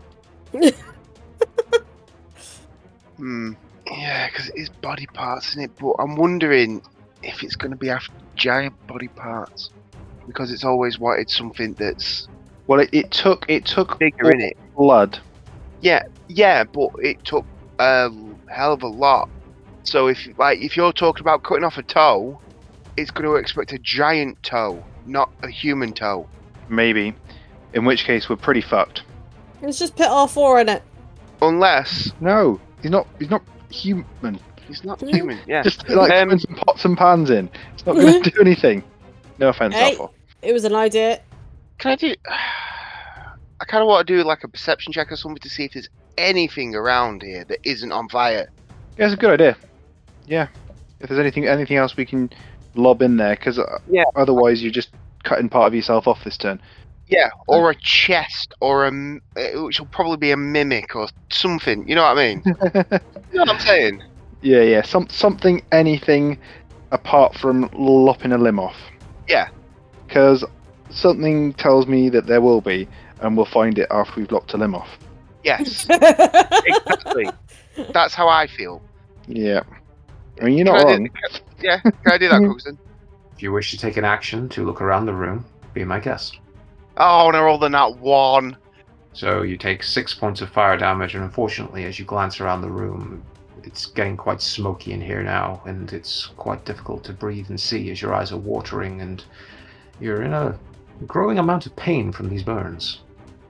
Speaker 4: Hmm. Yeah, because it is body parts, isn't it? But I'm wondering if it's going to be after giant body parts, because it's always wanted something that's
Speaker 3: Well, it, it took it took
Speaker 4: bigger in it.
Speaker 3: blood.
Speaker 4: Yeah, but it took a hell of a lot. So if like if you're talking about cutting off a toe, it's going to expect a giant toe, not a human toe.
Speaker 3: Maybe. In which case, we're pretty fucked.
Speaker 2: Let's just put our four in it.
Speaker 4: Unless
Speaker 3: No, he's not. He's not human.
Speaker 4: it's not
Speaker 2: Mm.
Speaker 4: human. Yeah.
Speaker 3: Just like
Speaker 4: Um,
Speaker 3: throwing some pots and pans in. It's not going to do anything. No offense,
Speaker 2: Hey.
Speaker 3: Alpha.
Speaker 2: It was an idea.
Speaker 4: Can I do? I kind of want to do like a perception check or something to see if there's anything around here that isn't on fire.
Speaker 3: Yeah, it's a good idea. Yeah. If there's anything anything else we can lob in there, because
Speaker 4: Yeah.
Speaker 3: otherwise you're just cutting part of yourself off this turn.
Speaker 4: Yeah, or a chest, or a m- uh, which will probably be a mimic or something. You know what I mean? you know what I'm saying?
Speaker 3: Yeah, yeah. Some something, anything, apart from lopping a limb off.
Speaker 4: Yeah.
Speaker 3: Because something tells me that there will be, and we'll find it after we've lopped a limb off.
Speaker 4: Yes, exactly. That's how I feel.
Speaker 3: Yeah. I mean, you're not
Speaker 4: Can I do-
Speaker 3: wrong.
Speaker 4: Yeah, can I do that, Cookson?
Speaker 1: If you wish to take an action to look around the room, be my guest.
Speaker 4: Oh, and I rolled a nat one.
Speaker 1: So you take six points of fire damage, and unfortunately, as you glance around the room, it's getting quite smoky in here now, and it's quite difficult to breathe and see as your eyes are watering, and you're in a growing amount of pain from these burns.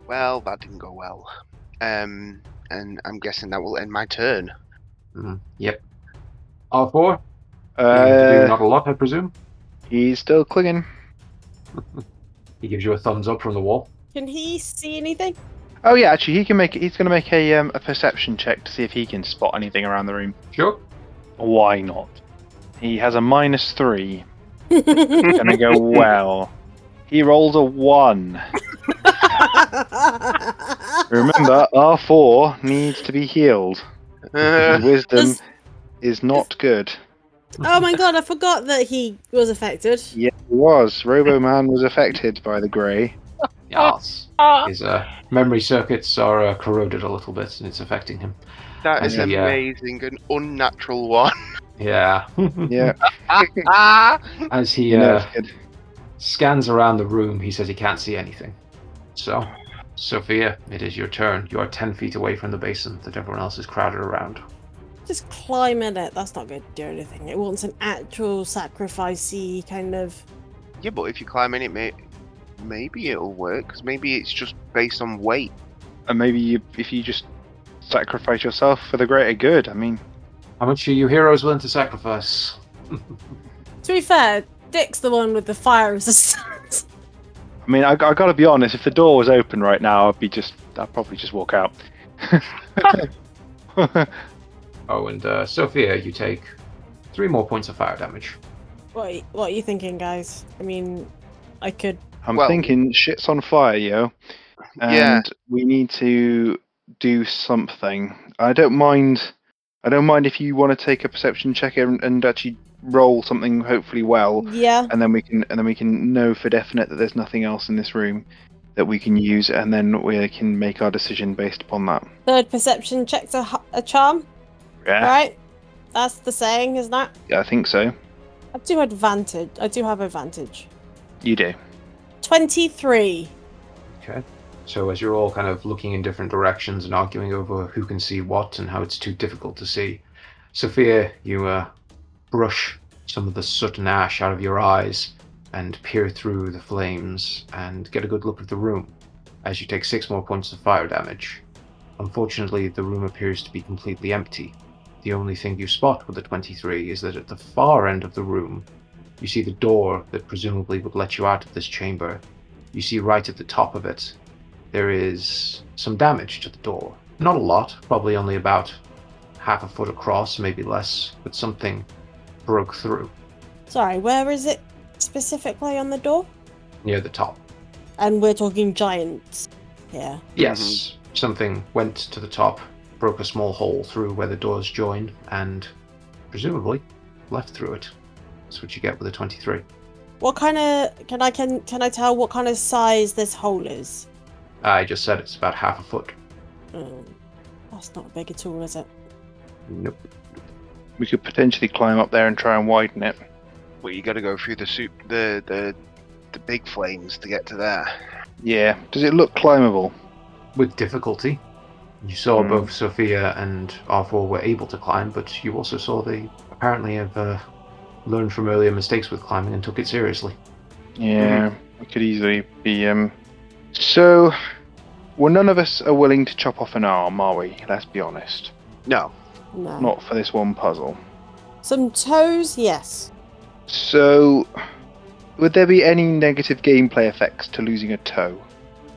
Speaker 4: Well, that didn't go well. Um, and I'm guessing that will end my turn.
Speaker 1: Mm, yep. R4, you do
Speaker 3: Uh,
Speaker 1: not a lot, I presume.
Speaker 3: he's still clinging.
Speaker 1: He gives you a thumbs up from the wall.
Speaker 2: Can he see anything?
Speaker 3: Oh yeah, actually, he can make. He's going to make a um, a perception check to see if he can spot anything around the room.
Speaker 1: Sure.
Speaker 3: Why not? He has a minus three.
Speaker 2: Oh
Speaker 3: Gonna go well. He rolls a one. Remember, R four needs to be healed.
Speaker 4: Uh,
Speaker 3: Wisdom
Speaker 2: Does-
Speaker 3: is not good.
Speaker 2: oh my god, I forgot that he was affected.
Speaker 3: Yeah, he was. Robo Man was affected by the grey.
Speaker 1: Yes. His uh, memory circuits are uh, corroded a little bit, and it's affecting him.
Speaker 4: that is
Speaker 1: Yeah.
Speaker 4: amazing, an unnatural one.
Speaker 1: Yeah.
Speaker 3: Yeah,
Speaker 4: ah!
Speaker 1: As he
Speaker 3: you know
Speaker 1: uh,
Speaker 3: it's good.
Speaker 1: scans around the room, he says he can't see anything. So, Sophia, it is your turn. You are 10 feet away from the basin that everyone else is crowded around.
Speaker 2: Just climb in it. That's not going to do anything. It wants an actual sacrificey kind of.
Speaker 4: Yeah, but if you climb in it, may- maybe it'll work, because maybe it's just based on weight.
Speaker 3: And maybe you, if you just sacrifice yourself for the greater good, I mean,
Speaker 1: How much are you heroes willing to sacrifice?
Speaker 2: To be fair, Dick's the one with the fire resistance.
Speaker 3: I mean, I, I gotta be honest. If the door was open right now, I'd be just, I'd probably just walk out.
Speaker 1: Oh, and uh, Sophia, you take three more points of fire damage.
Speaker 2: what, are you, what are you thinking, guys? I mean, I could.
Speaker 3: I'm
Speaker 4: Well-
Speaker 3: thinking shit's on fire, yo. And
Speaker 4: Yeah.
Speaker 3: we need to do something. I don't mind I don't mind if you want to take a perception check and, and actually roll something hopefully well
Speaker 2: Yeah.
Speaker 3: and then we can and then we can know for definite that there's nothing else in this room that we can use and then we can make our decision based upon that.
Speaker 2: Third perception check's a, h- a charm,
Speaker 3: Ah.
Speaker 2: right? That's the saying, isn't that?
Speaker 3: Yeah, I think so.
Speaker 2: I do advantage. I do have advantage.
Speaker 3: You do.
Speaker 2: 23.
Speaker 1: So as you're all kind of looking in different directions and arguing over who can see what and how it's too difficult to see, Sophia, you uh, brush some of the soot and ash out of your eyes and peer through the flames and get a good look at the room as you take six more points of fire damage. Unfortunately, the room appears to be completely empty. The only thing you spot with the 23 is that at the far end of the room, you see the door that presumably would let you out of this chamber. You see right at the top of it there is some damage to the door. Not a lot, probably only about half a foot across, maybe less, but something broke through
Speaker 2: Sorry, where is it specifically on the door?
Speaker 1: near the top.
Speaker 2: And we're talking giants here.
Speaker 1: Yes, something went to the top, broke a small hole through where the doors join, and presumably left through it. That's what you get with a 23.
Speaker 2: What kind of can I can can I tell what kind of size this hole is?
Speaker 1: I just said it's about half a foot.
Speaker 2: Oh, that's not big at all, is it?
Speaker 1: Nope.
Speaker 3: We could potentially climb up there and try and widen it.
Speaker 4: Well, you got to go through the soup, the the the big flames to get to there.
Speaker 3: Yeah. Does it look climbable?
Speaker 1: With difficulty. You saw
Speaker 3: Hmm.
Speaker 1: both Sophia and R4 were able to climb, but you also saw they apparently have uh, learned from earlier mistakes with climbing and took it seriously.
Speaker 3: Yeah. It could easily be. Um. So, well, none of us are willing to chop off an arm, are we? Let's be honest.
Speaker 4: No,
Speaker 2: No.
Speaker 3: Not for this one puzzle.
Speaker 2: Some toes, yes.
Speaker 3: So, would there be any negative gameplay effects to losing a toe?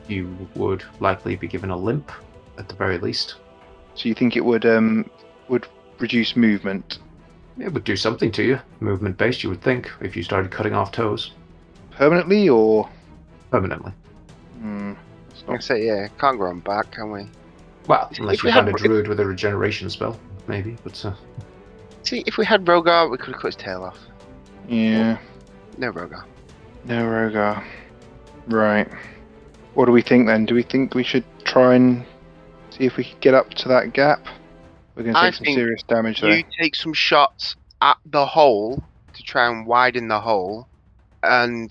Speaker 1: You would likely be given a limp, at the very least.
Speaker 3: So you think it would um would reduce movement?
Speaker 1: It would do something to you, movement based, you would think, if you started cutting off toes
Speaker 3: permanently or
Speaker 1: permanently.
Speaker 3: Hmm, it's
Speaker 4: like I
Speaker 3: not-
Speaker 4: say, yeah, can't go on back, can we?
Speaker 1: Well,
Speaker 4: If
Speaker 1: unless
Speaker 4: we
Speaker 1: you
Speaker 4: had
Speaker 1: found a
Speaker 4: br- if-
Speaker 1: druid with a regeneration spell, maybe. But uh,
Speaker 4: See, if we had Rogar, we could have cut his tail off.
Speaker 3: yeah
Speaker 4: No Rogar.
Speaker 3: no rogar right what do we think then do we think we should try and see if we can get up to that gap we're going to
Speaker 4: I
Speaker 3: take some
Speaker 4: think
Speaker 3: serious damage
Speaker 4: You
Speaker 3: there
Speaker 4: take some shots at the hole to try and widen the hole, and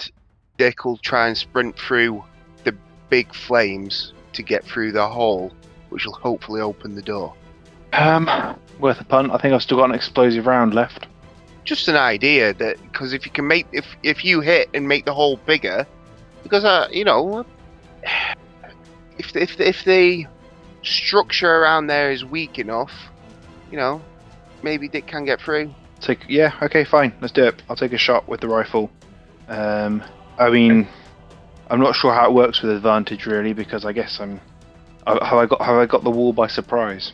Speaker 4: Dick will try and sprint through the big flames to get through the hole, which will hopefully open the door.
Speaker 3: um worth a punt i think i've still got an explosive round left
Speaker 4: Just an idea that because if you can make if if you hit and make the hole bigger, because uh you know if if if the structure around there is weak enough, you know maybe Dick can get through.
Speaker 3: take yeah okay fine let's do it i'll take a shot with the rifle um i mean i'm not sure how it works with advantage really because i guess i'm uh, have i got have i got the wall by surprise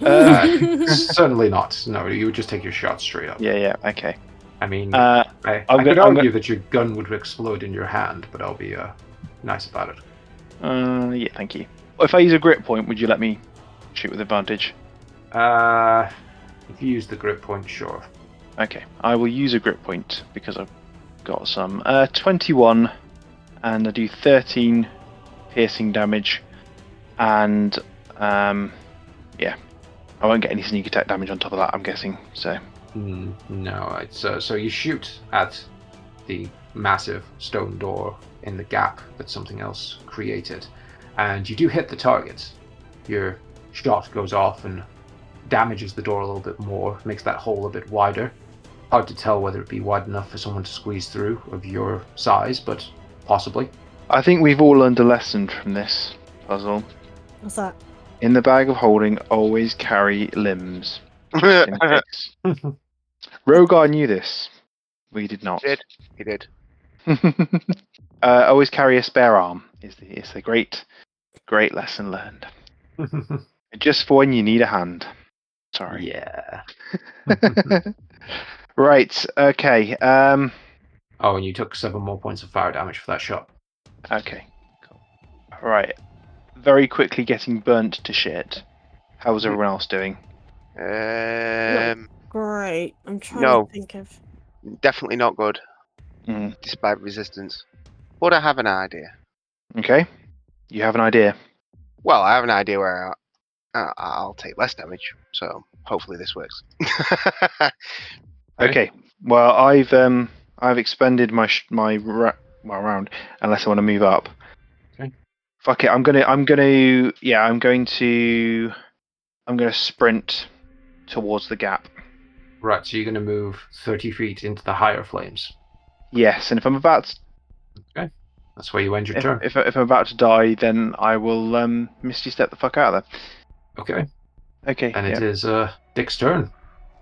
Speaker 3: Uh,
Speaker 1: certainly not. No, you would just take your shot straight up.
Speaker 3: yeah yeah okay
Speaker 1: I mean,
Speaker 3: uh
Speaker 1: I,
Speaker 3: I'm
Speaker 1: I
Speaker 3: gonna-
Speaker 1: could
Speaker 3: I'm
Speaker 1: argue that your gun would explode in your hand, but I'll be uh, nice about it.
Speaker 3: Uh, yeah, thank you. If I use a grip point, would you let me shoot with advantage?
Speaker 1: Uh, if you use the grip point, sure.
Speaker 3: Okay, I will use a grip point because I've got some. Uh, 21, and I do 13 piercing damage, and um, yeah, I won't get any sneak attack damage on top of that. I'm guessing. So
Speaker 1: Mm, no, it's uh, so you shoot at the massive stone door in the gap that something else created, and you do hit the target. Your shot goes off and damages the door a little bit more, makes that hole a bit wider. Hard to tell whether it'd be wide enough for someone to squeeze through of your size, but possibly.
Speaker 3: I think we've all learned a lesson from this puzzle.
Speaker 2: What's that?
Speaker 3: In the bag of holding, always carry limbs. in case. Rogar knew this. We did not.
Speaker 4: Did. he did.
Speaker 3: uh, always carry a spare arm is the is the great great lesson learned. Just for when you need a hand. Sorry.
Speaker 1: yeah.
Speaker 3: right. Okay. Um.
Speaker 1: Oh, and you took seven more points of fire damage for that shot.
Speaker 3: Okay. Cool. All right. Very quickly getting burnt to shit. How was everyone else doing?
Speaker 4: Um,
Speaker 2: Great. I'm trying
Speaker 4: No.
Speaker 2: to think of.
Speaker 4: definitely not good,
Speaker 3: Mm,
Speaker 4: despite resistance. But I have an idea.
Speaker 3: Mm, okay. You have an idea.
Speaker 4: Well, I have an idea where I, I, I'll take less damage, so hopefully this works.
Speaker 3: Okay. Well, I've um I've expended my sh- my ra- well around unless I want to move up.
Speaker 1: Okay.
Speaker 3: Fuck it. I'm gonna. I'm gonna. Yeah. I'm going to. I'm gonna sprint towards the gap.
Speaker 1: Right, so you're going to move 30 feet into the higher flames.
Speaker 3: Yes. And if I'm about to,
Speaker 1: That's where you end your
Speaker 3: if,
Speaker 1: turn.
Speaker 3: if, if I'm about to die, then I will um misty step the fuck out of
Speaker 1: okay,
Speaker 3: there. Okay.
Speaker 1: and
Speaker 3: yeah.
Speaker 1: it is uh, Dick's turn.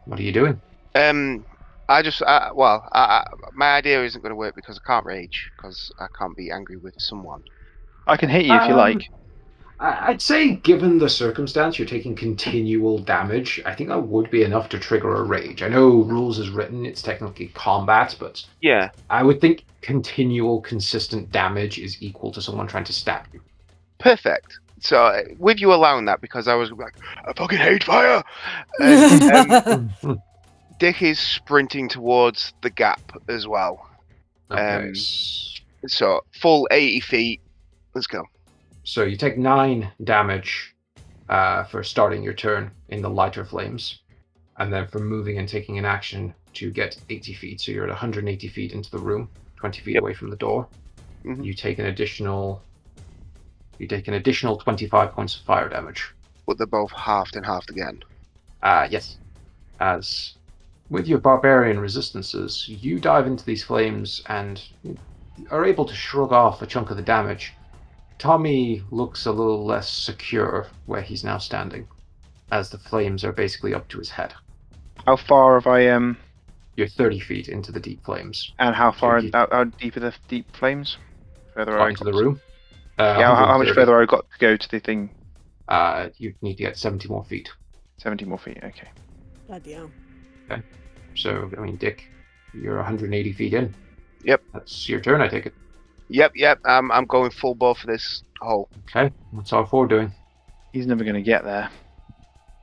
Speaker 1: What are you doing?
Speaker 4: Um, I just, I, well, I, I, my idea isn't going to work because I can't rage because I can't be angry with someone.
Speaker 3: I can hit you if you
Speaker 1: Um,
Speaker 3: like.
Speaker 1: I- I'd say, given the circumstance, you're taking continual damage. I think that would be enough to trigger a rage. I know rules is written; it's technically combat, but
Speaker 4: Yeah.
Speaker 1: I would think continual, consistent damage is equal to someone trying to stab you.
Speaker 4: Perfect. So uh, with you allowing that, because I was like, I fucking hate fire. And, um,
Speaker 1: Hmm.
Speaker 4: Dick is sprinting towards the gap as well.
Speaker 1: okay,
Speaker 4: Um,
Speaker 1: s-
Speaker 4: So full 80 feet. Let's go.
Speaker 1: so you take nine damage uh, for starting your turn in the lighter flames, and then for moving and taking an action to get 80 feet. So you're at 180 feet into the room, 20 feet
Speaker 4: Yep.
Speaker 1: away from the door.
Speaker 4: Mhm.
Speaker 1: You take an additional. You take an additional 25 points of fire damage.
Speaker 4: But they're both halved and halved again.
Speaker 1: Uh, yes. As with your barbarian resistances, you dive into these flames and are able to shrug off a chunk of the damage. Tommy looks a little less secure where he's now standing, as the flames are basically up to his head.
Speaker 3: How far have I um?
Speaker 1: You're 30 feet into the deep flames,
Speaker 3: And how far?
Speaker 1: you-
Speaker 3: How, how deep are the deep flames? Further
Speaker 1: out
Speaker 3: I
Speaker 1: into
Speaker 3: got
Speaker 1: the
Speaker 3: to-
Speaker 1: room. Uh,
Speaker 3: Yeah. How, how much
Speaker 1: 130.
Speaker 3: further I got to go to the thing?
Speaker 1: Uh, you need to get 70 more feet.
Speaker 3: Seventy more feet. Okay.
Speaker 2: Bloody hell.
Speaker 1: So, I mean, Dick, you're 180 feet in.
Speaker 4: Yep.
Speaker 1: That's your turn, I take it.
Speaker 4: Yep, yep. I'm, I'm going full bore for this hole.
Speaker 1: Okay, what's R4 doing?
Speaker 3: He's never gonna get there.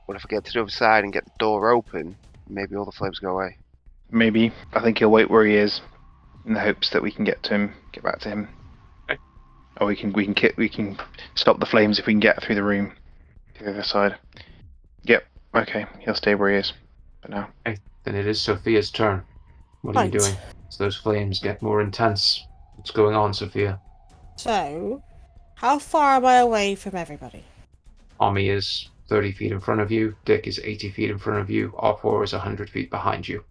Speaker 4: What if I get to the other side and get the door open? Maybe all the flames go away.
Speaker 3: Maybe. I think he'll wait where he is, in the hopes that we can get to him, get back to him.
Speaker 1: Okay.
Speaker 3: Or we can we can ki- we can stop the flames if we can get through the room, to the other side. Yep. Okay. He'll stay where he is. But now,
Speaker 1: Then it is Sophia's turn. What are you
Speaker 2: Right.
Speaker 1: doing? So those flames get more intense. What's going on, Sophia?
Speaker 2: So, how far am I away from everybody?
Speaker 1: Ami is 30 feet in front of you. Dick is 80 feet in front of you. R4 is 100 feet behind you.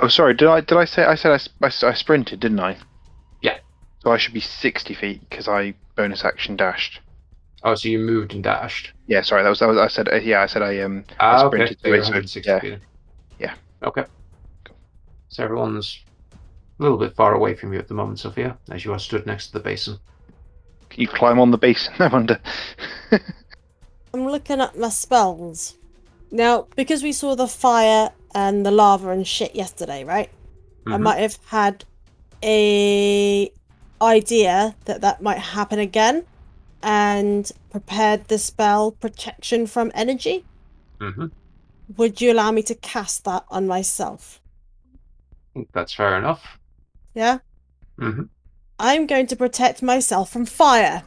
Speaker 3: oh sorry. Did I did I say I said I s- I, s- I sprinted, didn't I?
Speaker 1: Yeah.
Speaker 3: So I should be sixty feet because I bonus action dashed.
Speaker 1: Oh, so you moved and dashed.
Speaker 3: Yeah. Sorry. That was that was I said. uh, yeah. I said I um.
Speaker 1: Ah, okay.
Speaker 3: sprinted
Speaker 1: So you're
Speaker 3: to it, so-
Speaker 1: 160
Speaker 3: yeah.
Speaker 1: feet in.
Speaker 3: Yeah.
Speaker 1: Okay. So everyone's a little bit far away from you at the moment, Sophia, as you are stood next to the basin.
Speaker 3: Can you climb on the base? No wonder.
Speaker 2: I'm looking at my spells. Now, because we saw the fire and the lava and shit yesterday, right? I
Speaker 1: Mhm.
Speaker 2: might have had a idea that that might happen again and prepared the spell protection from energy.
Speaker 1: Mhm.
Speaker 2: Would you allow me to cast that on myself?
Speaker 1: That's fair enough.
Speaker 2: Yeah?
Speaker 1: hmm
Speaker 2: I'm going to protect myself from fire.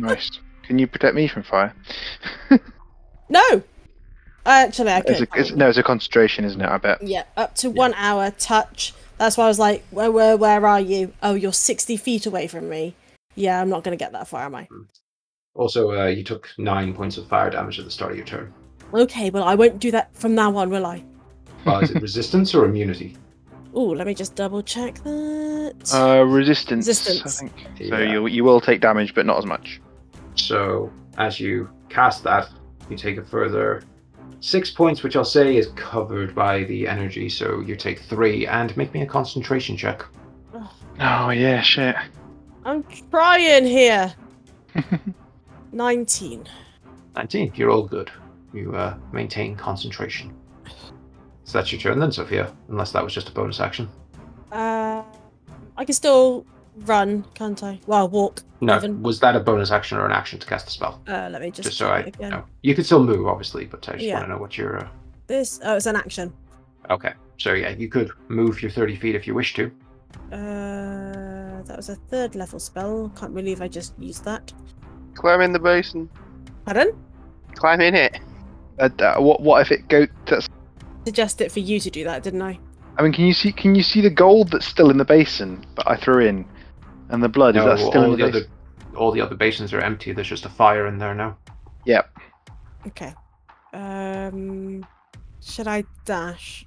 Speaker 3: nice. Can you protect me from fire?
Speaker 2: No. Actually, I could.
Speaker 3: It's a, it's, no, it's a concentration, isn't it? I bet.
Speaker 2: Yeah, up to one hour touch. That's why I was like, where, where, where are you? Oh, you're 60 feet away from me. Yeah, I'm not going to get that far, am I?
Speaker 1: Also, uh, you took nine points of fire damage at the start of your turn.
Speaker 2: Okay, well, I won't do that from now on, will I?
Speaker 1: Well, Uh, is it resistance or immunity?
Speaker 2: Oh, let me just double check that.
Speaker 3: Uh, resistance.
Speaker 2: Resistance.
Speaker 3: I think. So
Speaker 1: Yeah.
Speaker 3: you you will take damage, but not as much.
Speaker 1: So as you cast that, you take a further six points, which I'll say is covered by the energy. So you take three and make me a concentration check.
Speaker 3: Oh yeah, shit.
Speaker 2: I'm trying here. 19.
Speaker 1: 19. You're all good. You uh, maintain concentration. So that's your turn then, Sophia. Unless that was just a bonus action.
Speaker 2: Uh, I can still run, can't I? Well, walk.
Speaker 1: No,
Speaker 2: Even-
Speaker 1: was that a bonus action or an action to cast the spell?
Speaker 2: Uh, let me just,
Speaker 1: Just, so
Speaker 2: check
Speaker 1: I
Speaker 2: it again.
Speaker 1: know. You can still move, obviously, but I just
Speaker 2: Yeah.
Speaker 1: want to know what your. Uh...
Speaker 2: This, oh, it's an action.
Speaker 1: Okay. So yeah, you could move your 30 feet if you wish to.
Speaker 2: Uh, that was a third level spell. Can't believe I just used that.
Speaker 4: Climb in the basin.
Speaker 2: Pardon?
Speaker 4: Climb in it.
Speaker 3: Uh, uh, what what if it go? That's
Speaker 2: Suggest it for you to do that, didn't I?
Speaker 5: I mean, can you see? Can you see the gold that's still in the basin that I threw in, and the blood?
Speaker 1: No,
Speaker 5: is that still in
Speaker 1: all
Speaker 5: the,
Speaker 1: the other
Speaker 5: basin?
Speaker 1: all the other basins are empty. There's just a fire in there now.
Speaker 2: Okay. Um, should I dash?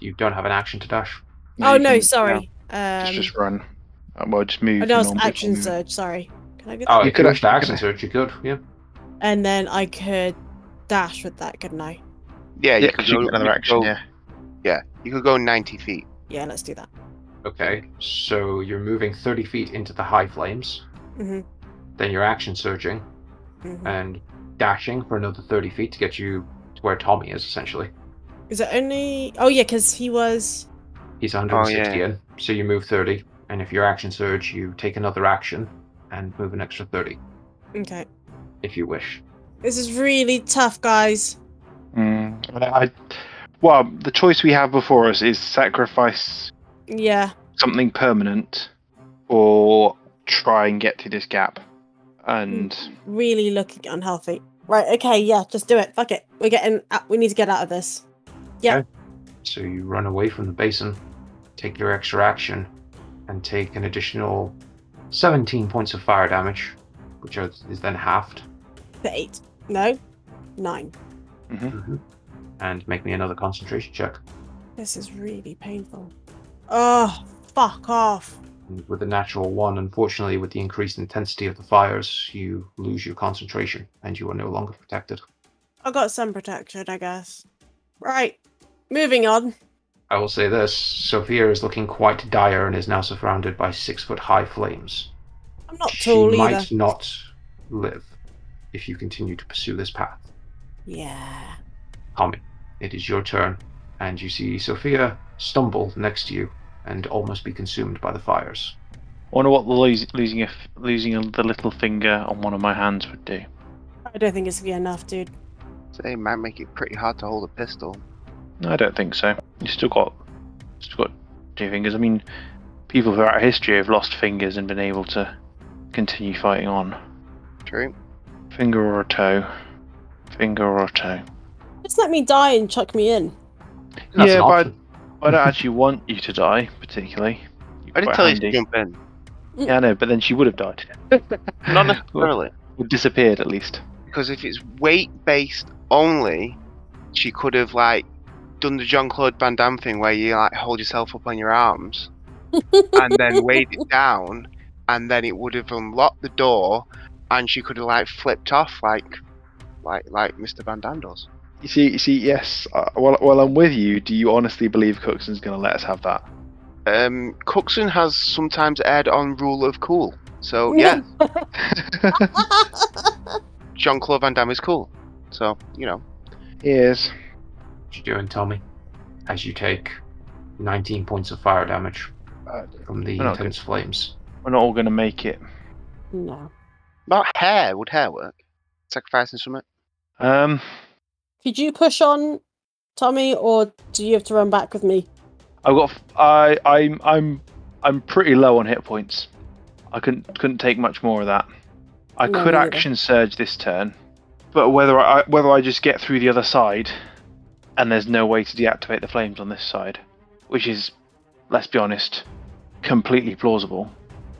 Speaker 1: You don't have an action to dash.
Speaker 2: oh
Speaker 5: you
Speaker 2: no,
Speaker 5: can-
Speaker 2: sorry.
Speaker 5: no,
Speaker 2: um,
Speaker 5: just just run. Uh, well, just move. Mm.
Speaker 2: oh, no,
Speaker 5: your
Speaker 2: it's
Speaker 5: normal
Speaker 2: action
Speaker 5: movement.
Speaker 2: surge. Sorry. Can I get
Speaker 1: Oh,
Speaker 2: that?
Speaker 1: you
Speaker 5: could
Speaker 1: could have
Speaker 5: actually- you
Speaker 1: action
Speaker 5: could-
Speaker 1: surge. You could, yeah.
Speaker 2: And then I could dash with that, couldn't I?
Speaker 4: Yeah,
Speaker 5: Yeah,
Speaker 4: you could
Speaker 5: 'cause
Speaker 4: go
Speaker 5: you get another
Speaker 4: you could
Speaker 5: action.
Speaker 4: go-
Speaker 5: Yeah.
Speaker 4: You could go 90 feet.
Speaker 2: Yeah, let's do that.
Speaker 1: Okay, so you're moving 30 feet into the high flames.
Speaker 2: hmm
Speaker 1: Then you're action surging
Speaker 2: hmm
Speaker 5: Uh.
Speaker 1: and dashing for another 30 feet to get you to where Tommy is, essentially.
Speaker 2: Is it only? Oh yeah, because he was.
Speaker 1: He's
Speaker 5: Oh,
Speaker 1: 160
Speaker 4: yeah.
Speaker 1: in, so you move 30. And if you're action surge, you take another action and move an extra 30
Speaker 2: Okay.
Speaker 1: if you wish.
Speaker 2: This is really tough, guys.
Speaker 5: Mm, and I, well, the choice we have before us is sacrifice
Speaker 2: Yeah.
Speaker 5: something permanent, or try and get through this gap. And
Speaker 2: really looking unhealthy. Right, okay, yeah, just do it. Fuck it. We're getting out, we need to get out of this.
Speaker 1: So you run away from the basin, take your extra action, and take an additional 17 points of fire damage, which are- is then halved.
Speaker 2: The eight. No? Nine.
Speaker 1: hmm And make me another concentration check.
Speaker 2: This is really painful. Oh, fuck off.
Speaker 1: And with a natural one, unfortunately, with the increased intensity of the fires, you lose your concentration and you are no longer protected.
Speaker 2: I got some protection, I guess. Right. Moving on.
Speaker 1: I will say this Sophia is looking quite dire and is now surrounded by six foot high flames.
Speaker 2: I'm not
Speaker 1: she
Speaker 2: tall
Speaker 1: might
Speaker 2: either.
Speaker 1: not live if you continue to pursue this path.
Speaker 2: Yeah.
Speaker 1: Tommy, it is your turn, and you see Sophia stumble next to you and almost be consumed by the fires.
Speaker 3: I wonder what the lose, losing a f- losing a, the little finger on one of my hands would do.
Speaker 2: I don't think it's gonna be enough, dude.
Speaker 4: So it might make it pretty hard to hold a pistol.
Speaker 3: No, I don't think so. You still got still got two fingers. I mean, people throughout history have lost fingers and been able to continue fighting on.
Speaker 4: True.
Speaker 3: Finger or a toe, finger or a toe.
Speaker 2: Just let me die and chuck me in.
Speaker 1: That's
Speaker 3: Yeah,
Speaker 1: an
Speaker 3: but-
Speaker 1: option.
Speaker 3: I don't actually want you to die particularly. You're
Speaker 4: I did
Speaker 3: quite
Speaker 4: tell you
Speaker 3: handy.
Speaker 4: to jump in.
Speaker 3: Yeah, I know, but then she would have died
Speaker 4: Not necessarily.
Speaker 3: or disappeared at least.
Speaker 4: Because if it's weight based only, she could have like done the Jean Claude Van Damme thing where you like hold yourself up on your arms and then weighed it down, and then it would have unlocked the door, and she could have like flipped off like, like like Mr. Van Damme does.
Speaker 5: you see, you see, yes. Uh, while while I'm with you, do you honestly believe Cookson's going to let us have that?
Speaker 4: Um, Cookson has sometimes aired on Rule of Cool, so yeah, Jean Claude Van Damme is cool. So you know,
Speaker 5: Yes.
Speaker 1: What you doing, Tommy? As you take 19 points of fire damage
Speaker 5: Uh,
Speaker 1: from the
Speaker 3: we're not
Speaker 1: intense flames.
Speaker 3: We're not all going to make it.
Speaker 2: no.
Speaker 4: not hair would hair work? Sacrificing something?
Speaker 3: Um,
Speaker 2: Could you push on, Tommy, or do you have to run back with me?
Speaker 3: I've got. f- I I'm I'm I'm pretty low on hit points. I couldn't couldn't take much more of that. I
Speaker 2: No,
Speaker 3: could
Speaker 2: me neither.
Speaker 3: action surge this turn, but whether I whether I just get through the other side, and there's no way to deactivate the flames on this side, which is, let's be honest, completely plausible.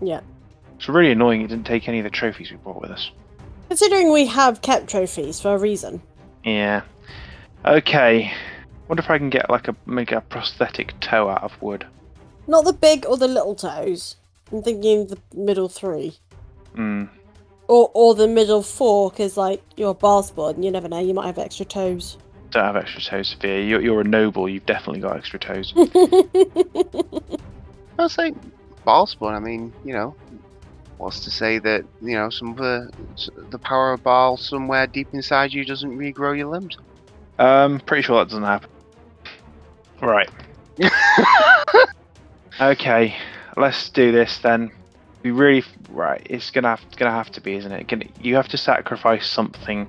Speaker 2: Yeah.
Speaker 3: It's really annoying. It didn't take any of the trophies we brought with us.
Speaker 2: Considering we have kept trophies for a reason.
Speaker 3: Yeah. Okay. Wonder if I can get like a make a prosthetic toe out of wood.
Speaker 2: Not the big or the little toes. I'm thinking the middle three.
Speaker 3: Hmm.
Speaker 2: Or, or the middle four, because, like, you're a basketball and you never know, you might have extra toes.
Speaker 3: Don't have extra toes, Sophia. You're, you're a noble. You've definitely got extra toes.
Speaker 2: Oh,
Speaker 4: I'll say ball spawn. I mean, you know, what's to say that you know some of the s- the power of ball somewhere deep inside you doesn't regrow your limbs?
Speaker 3: um, pretty sure that doesn't happen. Right. Okay. Let's do this then. We really right. It's gonna have, it's gonna have to be, isn't it? Gonna, you have to sacrifice something,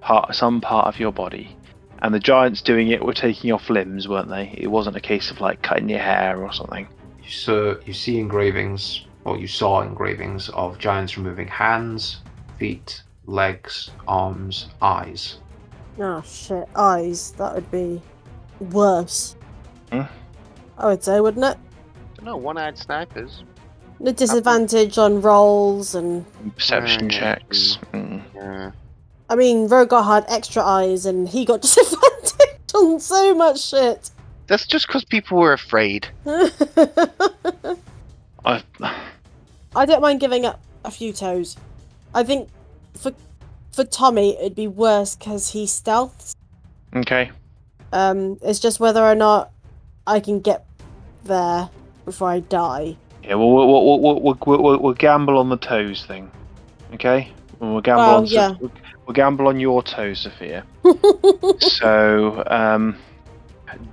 Speaker 3: part some part of your body. And the giants doing it were taking off limbs, weren't they? It wasn't a case of like cutting your hair or something.
Speaker 1: You, saw, you see engravings, or you saw engravings, of giants removing hands, feet, legs, arms, eyes.
Speaker 2: oh, shit. Eyes. That would be worse.
Speaker 3: Hmm?
Speaker 2: I would say, wouldn't it?
Speaker 4: don't know, one-eyed snipers.
Speaker 2: The disadvantage on rolls and
Speaker 3: Perception
Speaker 4: Mm.
Speaker 3: checks. Mm.
Speaker 4: Yeah.
Speaker 2: I mean, Rogar had extra eyes and he got disadvantage on so much shit.
Speaker 4: That's just because people were afraid.
Speaker 2: I
Speaker 3: I,
Speaker 2: don't mind giving up a few toes. I think for for Tommy it'd be worse because he stealths.
Speaker 3: okay.
Speaker 2: Um, it's just whether or not I can get there before I die.
Speaker 3: Yeah, well, we'll, we'll, we'll, we'll, we'll, we'll, we'll gamble on the toes thing. Okay? We'll gamble,
Speaker 2: Well,
Speaker 3: on, Soph-
Speaker 2: yeah.
Speaker 3: we'll, we'll gamble on your toes, Sophia. so, um,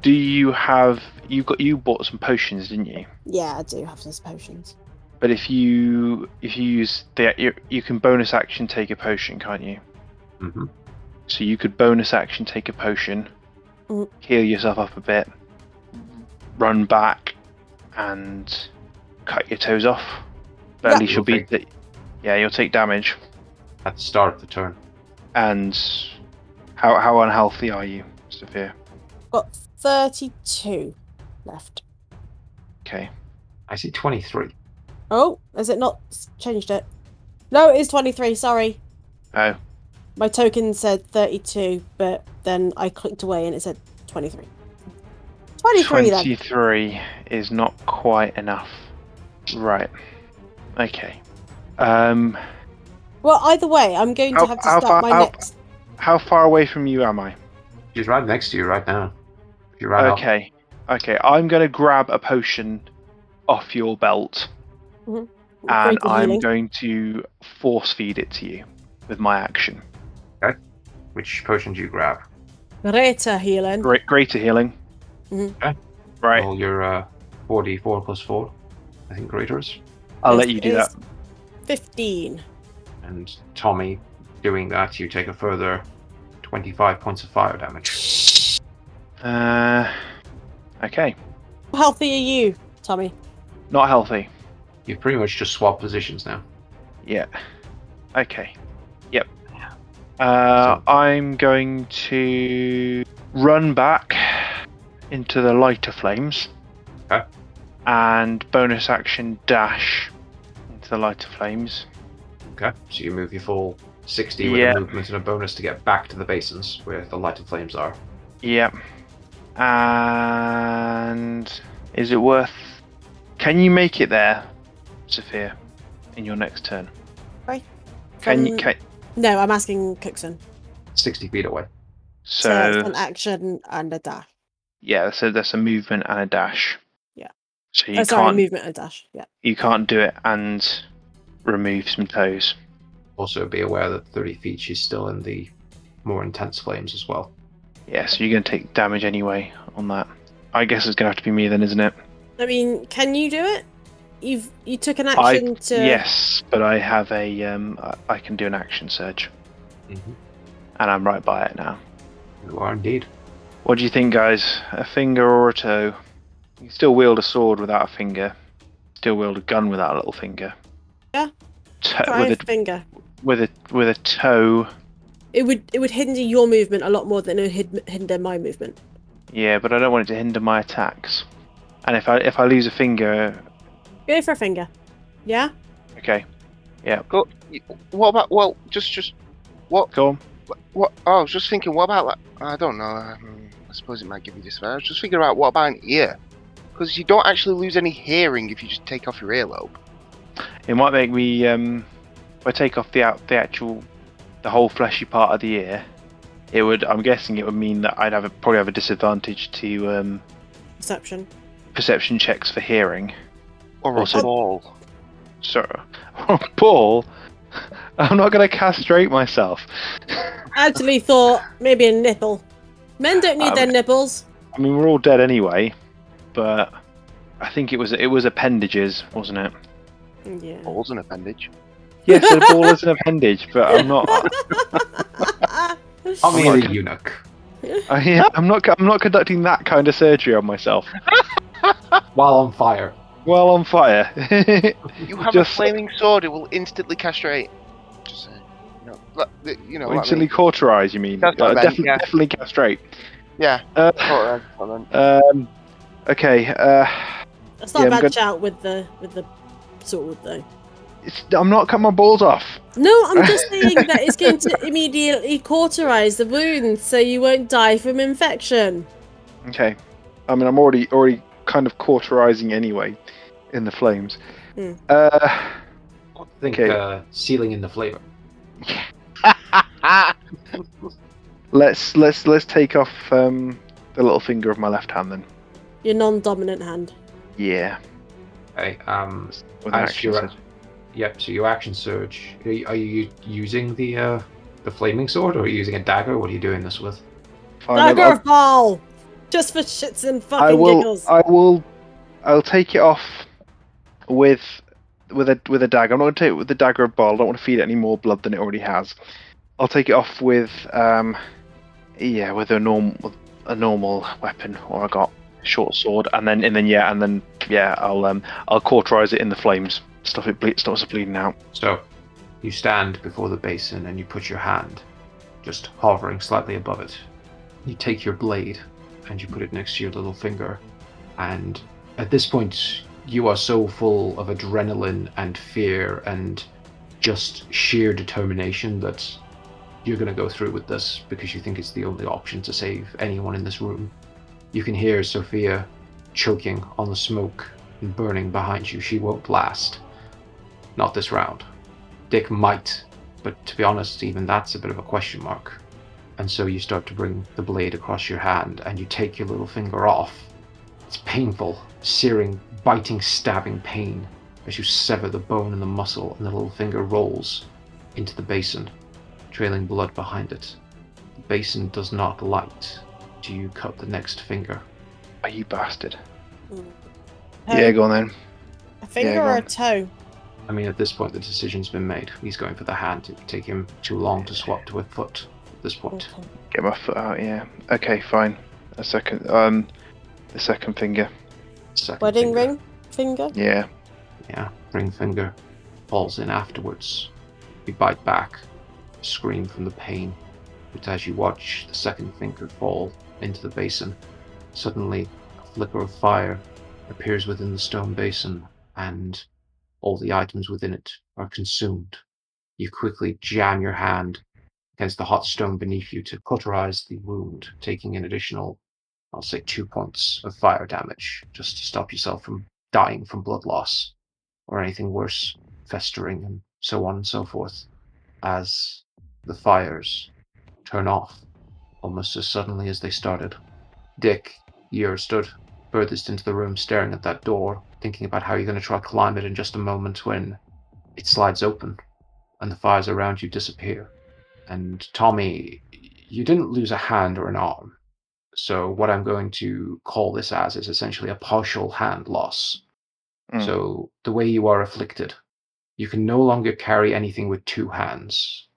Speaker 3: do you have. You got you bought some potions, didn't you?
Speaker 2: Yeah, I do have those potions.
Speaker 3: But if you if you use the you, you can bonus action take a potion, can't you?
Speaker 1: Mm-hmm.
Speaker 3: So you could bonus action take a potion,
Speaker 2: Mm.
Speaker 3: heal yourself up a bit, run back, and cut your toes off. But
Speaker 2: Yeah.
Speaker 3: at least you'll be
Speaker 1: Okay.
Speaker 3: yeah you'll take damage.
Speaker 1: At the start of the turn.
Speaker 3: And how how unhealthy are you, Sophia?
Speaker 2: Got thirty-two left.
Speaker 3: Okay.
Speaker 1: I see 23.
Speaker 2: Oh, has it not s- changed it? No, it is twenty-three. Sorry.
Speaker 3: Oh,
Speaker 2: My token said 32, but then I clicked away and it said 23. 23 then.
Speaker 3: 23 is not quite enough. Right. Okay. Um,
Speaker 2: Well, either way, I'm going
Speaker 3: How-
Speaker 2: to have to
Speaker 3: how
Speaker 2: start
Speaker 3: far
Speaker 2: my
Speaker 3: out?
Speaker 2: next.
Speaker 3: how far away from you am I?
Speaker 1: She's right next to you right now. You're right up.
Speaker 3: okay. Okay. I'm gonna grab a potion off your belt, and
Speaker 2: break of
Speaker 3: I'm
Speaker 2: healing.
Speaker 3: going to force feed it to you with my action.
Speaker 1: Which potion do you grab?
Speaker 2: Greater healing.
Speaker 3: Great, greater healing.
Speaker 2: Mhm.
Speaker 1: Okay.
Speaker 3: Right.
Speaker 1: Roll your uh, 4d4 plus 4. I think greater is.
Speaker 3: I'll let
Speaker 2: This
Speaker 3: you do
Speaker 2: is
Speaker 3: that.
Speaker 2: 15.
Speaker 1: And Tommy, doing that, you take a further 25 points of fire damage.
Speaker 3: Uh, okay.
Speaker 2: How healthy are you, Tommy?
Speaker 3: Not healthy.
Speaker 1: You've pretty much just swapped positions now.
Speaker 3: Yeah. Okay. Yep. Uh, I'm going to run back into the lighter flames.
Speaker 1: Okay.
Speaker 3: And bonus action dash into the lighter flames.
Speaker 1: Okay. So you move your full 60 with
Speaker 3: Yeah.
Speaker 1: a movement and a bonus to get back to the basins where the light of flames are.
Speaker 3: Yep. And is it worth? Can you make it there, Sophia, in your next turn? Can you?
Speaker 2: From-
Speaker 3: Can,
Speaker 2: No, I'm asking Cookson.
Speaker 1: 60 feet away.
Speaker 3: so
Speaker 2: So, it's an action and a dash.
Speaker 3: yeah, so that's a movement and a dash.
Speaker 2: Yeah.
Speaker 3: So you
Speaker 2: Oh, sorry,
Speaker 3: can't
Speaker 2: movement and a dash. Yeah.
Speaker 3: you can't do it and remove some toes.
Speaker 1: Also, be aware that 30 feet she's still in the more intense flames as well.
Speaker 3: Yeah, so you're gonna take damage anyway on that. I guess it's gonna have to be me then, isn't it?
Speaker 2: I mean, can you do it? You've you took an
Speaker 3: I-
Speaker 2: action to
Speaker 3: Yes, but I have a um, I- I can do an action surge,
Speaker 1: Mm-hmm.
Speaker 3: and I'm right by it now.
Speaker 1: You are indeed.
Speaker 3: What do you think, guys? A finger or a toe? You can still wield a sword without a finger. Still wield a gun without a little finger.
Speaker 2: Yeah.
Speaker 3: To-
Speaker 2: try
Speaker 3: with
Speaker 2: a
Speaker 3: a
Speaker 2: finger.
Speaker 3: with a with a toe.
Speaker 2: It would it would hinder your movement a lot more than it would hid- hinder my movement.
Speaker 3: Yeah, but I don't want it to hinder my attacks. And if I if I lose a finger,
Speaker 2: Go for a finger. Yeah?
Speaker 3: okay,
Speaker 4: What about? Well, just just
Speaker 3: go on.
Speaker 4: what? Oh, I was just thinking. What about? Like, I don't know. Um, I suppose it might give you this. I was just figuring out what about an ear, because you don't actually lose any hearing if you just take off your earlobe.
Speaker 3: It might make me um, if I take off the out the actual the whole fleshy part of the ear. It would. I'm guessing it would mean that I'd have a, probably have a disadvantage to um,
Speaker 2: Perception.
Speaker 3: perception checks for hearing.
Speaker 4: Or a
Speaker 3: Also-
Speaker 4: ball.
Speaker 3: So, Paul, I'm not going to castrate myself.
Speaker 2: I actually thought maybe a nipple. Men don't need
Speaker 3: Um,
Speaker 2: their nipples.
Speaker 3: I mean, we're all dead anyway, but I think it was it was appendages, wasn't it?
Speaker 2: Yeah.
Speaker 4: Ball's an appendage.
Speaker 3: Yes, the ball is an appendage, but I'm not.
Speaker 1: Tommy
Speaker 3: not
Speaker 1: the
Speaker 3: gonna-
Speaker 1: eunuch.
Speaker 3: I, yeah, I'm not. I'm not conducting that kind of surgery on myself.
Speaker 1: While on fire.
Speaker 3: Well, on fire.
Speaker 4: You have a
Speaker 3: Just-
Speaker 4: flaming sword. It will instantly castrate. Just saying. You know, like, the- you know what I
Speaker 3: Instantly
Speaker 4: mean.
Speaker 3: cauterize, you mean?
Speaker 4: That's not
Speaker 3: Uh,
Speaker 4: bad,
Speaker 3: definitely,
Speaker 4: yeah.
Speaker 3: definitely castrate.
Speaker 4: Yeah.
Speaker 3: Uh,
Speaker 4: Oh, that's fine then.
Speaker 3: um, Okay, uh,
Speaker 2: That's not
Speaker 3: Yeah,
Speaker 2: a
Speaker 3: I'm
Speaker 2: bad
Speaker 3: good.
Speaker 2: shout with the with the sword though.
Speaker 3: it's, I'm not cutting my balls off.
Speaker 2: No, I'm just saying that it's going to immediately cauterize the wound, so you won't die from infection.
Speaker 3: Okay. I mean, I'm already already kind of cauterizing anyway in the flames.
Speaker 2: Hmm.
Speaker 3: Uh,
Speaker 1: I think
Speaker 3: Okay.
Speaker 1: uh, sealing in the flavor.
Speaker 3: let's let's let's take off um, the little finger of my left hand then.
Speaker 2: Your non-dominant hand.
Speaker 3: Yeah.
Speaker 1: Okay, um,
Speaker 3: With
Speaker 1: I
Speaker 3: an action
Speaker 1: sure-
Speaker 3: surge.
Speaker 1: Yep. So your action surge. Are you, are you using the uh, the flaming sword, or are you using a dagger? What are you doing this with?
Speaker 3: Fine, I'll-
Speaker 2: Dagger
Speaker 3: Oh, I'll-
Speaker 2: of ball, just for shits and fucking
Speaker 3: I will. uh,
Speaker 2: giggles.
Speaker 3: I will. I'll take it off with with a with a dagger. I'm not going to take it with the dagger of ball. I don't want to feed it any more blood than it already has. I'll take it off with um, yeah, with a normal with a normal weapon, or I got short sword, and then and then yeah, and then yeah, I'll um, I'll cauterize it in the flames. Stuff it ble- stops it bleeding out.
Speaker 1: So, you stand before the basin and you put your hand, just hovering slightly above it. You take your blade and you put it next to your little finger. And at this point, you are so full of adrenaline and fear and just sheer determination that you're going to go through with this because you think it's the only option to save anyone in this room. You can hear Sophia choking on the smoke and burning behind you. She won't last. Not this round. Dick might, but to be honest, even that's a bit of a question mark. And so you start to bring the blade across your hand and you take your little finger off. It's painful, searing, biting, stabbing pain as you sever the bone and the muscle, and the little finger rolls into the basin, trailing blood behind it. The basin does not light. Do you cut the next finger?
Speaker 3: Oh, you bastard!
Speaker 2: Mm.
Speaker 3: Yeah,
Speaker 2: Toe.
Speaker 3: go on then.
Speaker 2: a finger
Speaker 3: yeah, go
Speaker 2: or a
Speaker 3: on.
Speaker 2: toe.
Speaker 1: I mean, at this point, the decision's been made. He's going for the hand. It would take him too long to swap to a foot at this point.
Speaker 2: Okay.
Speaker 3: Get my foot out. Yeah. Okay, fine. A second. Um, the second finger.
Speaker 1: Second
Speaker 2: Wedding
Speaker 1: finger.
Speaker 2: ring, finger.
Speaker 3: Yeah.
Speaker 1: Yeah, ring finger falls in afterwards. You bite back, scream from the pain. But as you watch the second finger fall into the basin, suddenly a flicker of fire appears within the stone basin, and all the items within it are consumed. You quickly jam your hand against the hot stone beneath you to cauterize the wound, taking an additional, I'll say, two points of fire damage just to stop yourself from dying from blood loss or anything worse, festering and so on and so forth, as the fires turn off almost as suddenly as they started. Dick, you're stood furthest into the room, staring at that door, thinking about how you're going to try to climb it in just a moment when it slides open and the fires around you disappear. And Tommy, you didn't lose a hand or an arm. So, what I'm going to call this as is essentially a partial hand loss.
Speaker 3: Mm.
Speaker 1: So, the way you are afflicted, you can no longer carry anything with two hands.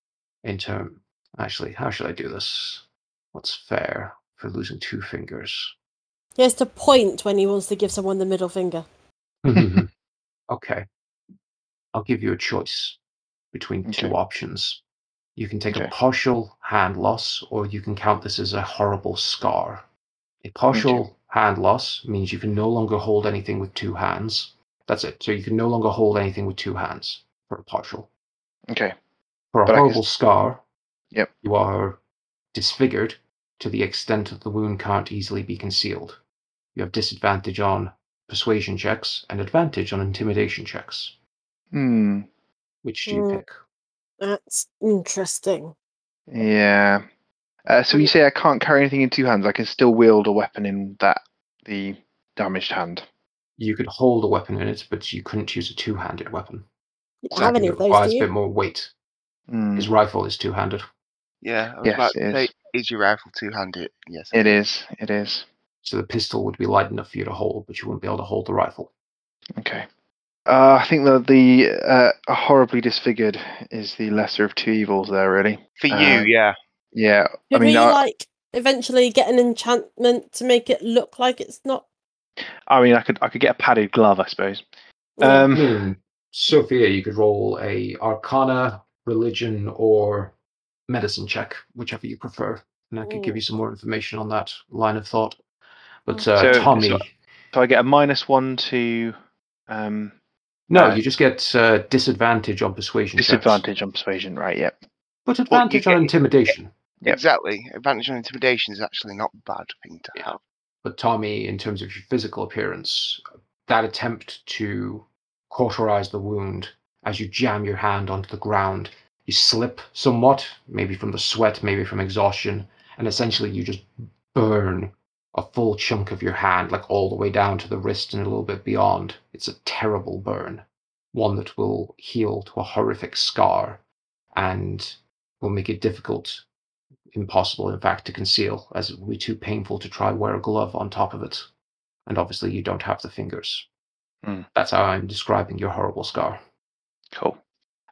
Speaker 1: In term, actually, how should I do this? What's fair for losing two fingers?
Speaker 2: He has to point when he wants to give someone the middle finger.
Speaker 3: Mm-hmm.
Speaker 1: okay. I'll give you a choice between two
Speaker 3: Okay.
Speaker 1: options. You can take a
Speaker 3: Okay.
Speaker 1: partial hand loss, or you can count this as a horrible scar. A partial hand loss means you can no longer hold anything with two hands. That's it. So you can no longer hold anything with two hands for a partial.
Speaker 3: Okay.
Speaker 1: For a
Speaker 3: But I
Speaker 1: horrible
Speaker 3: guess-
Speaker 1: scar,
Speaker 3: Yep.
Speaker 1: you are disfigured to the extent that the wound can't easily be concealed. You have disadvantage on persuasion checks and advantage on intimidation checks.
Speaker 3: Hmm.
Speaker 1: Which do you
Speaker 2: Mm.
Speaker 1: pick?
Speaker 2: That's interesting.
Speaker 3: Yeah. Uh, so you say I can't carry anything in two hands. I can still wield a weapon in that the damaged hand.
Speaker 1: You could hold a weapon in it, but you couldn't use a two-handed weapon.
Speaker 2: You don't
Speaker 1: So
Speaker 2: have any
Speaker 1: it
Speaker 2: of those,
Speaker 1: requires
Speaker 2: do
Speaker 1: a bit
Speaker 2: you?
Speaker 1: more weight.
Speaker 3: Hmm.
Speaker 1: His rifle is two-handed.
Speaker 4: Yeah, I was
Speaker 3: Yes,
Speaker 4: about
Speaker 3: it
Speaker 4: to
Speaker 3: is.
Speaker 4: say, is your rifle two-handed? Yes.
Speaker 3: It is. It is.
Speaker 1: So the pistol would be light enough for you to hold, but you wouldn't be able to hold the rifle.
Speaker 3: Okay. Uh, I think that the uh, horribly disfigured is the lesser of two evils. There, really.
Speaker 4: For you,
Speaker 3: Um,
Speaker 4: yeah.
Speaker 3: Yeah.
Speaker 2: Could
Speaker 3: I mean, uh,
Speaker 2: we
Speaker 3: I,
Speaker 2: like eventually get an enchantment to make it look like it's not?
Speaker 3: I mean, I could I could get a padded glove, I suppose.
Speaker 2: Yeah.
Speaker 1: I
Speaker 3: Um,
Speaker 1: mean, Hmm. Sophia, you could roll a Arcana, Religion, or Medicine check, whichever you prefer, and I could give
Speaker 2: Ooh.
Speaker 1: you some more information on that line of thought. But
Speaker 2: Mm.
Speaker 1: uh,
Speaker 3: So-
Speaker 1: Tommy,
Speaker 3: so- So I get a minus one to um,
Speaker 1: No,
Speaker 3: Uh,
Speaker 1: you just get uh, disadvantage on persuasion. checks.
Speaker 3: disadvantage on persuasion, right? Yep.
Speaker 1: But advantage
Speaker 4: get-
Speaker 1: on intimidation.
Speaker 3: Yep.
Speaker 4: Exactly. Advantage on intimidation is actually not a bad thing to have.
Speaker 1: But Tommy, in terms of your physical appearance, that attempt to cauterize the wound as you jam your hand onto the ground, you slip somewhat, maybe from the sweat, maybe from exhaustion, and essentially you just burn a full chunk of your hand, like all the way down to the wrist and a little bit beyond. It's a terrible burn, one that will heal to a horrific scar and will make it difficult impossible, in fact, to conceal, as it would be too painful to try wear a glove on top of it. And obviously, you don't have the fingers.
Speaker 3: Hmm.
Speaker 1: That's how I'm describing your horrible scar.
Speaker 3: Cool.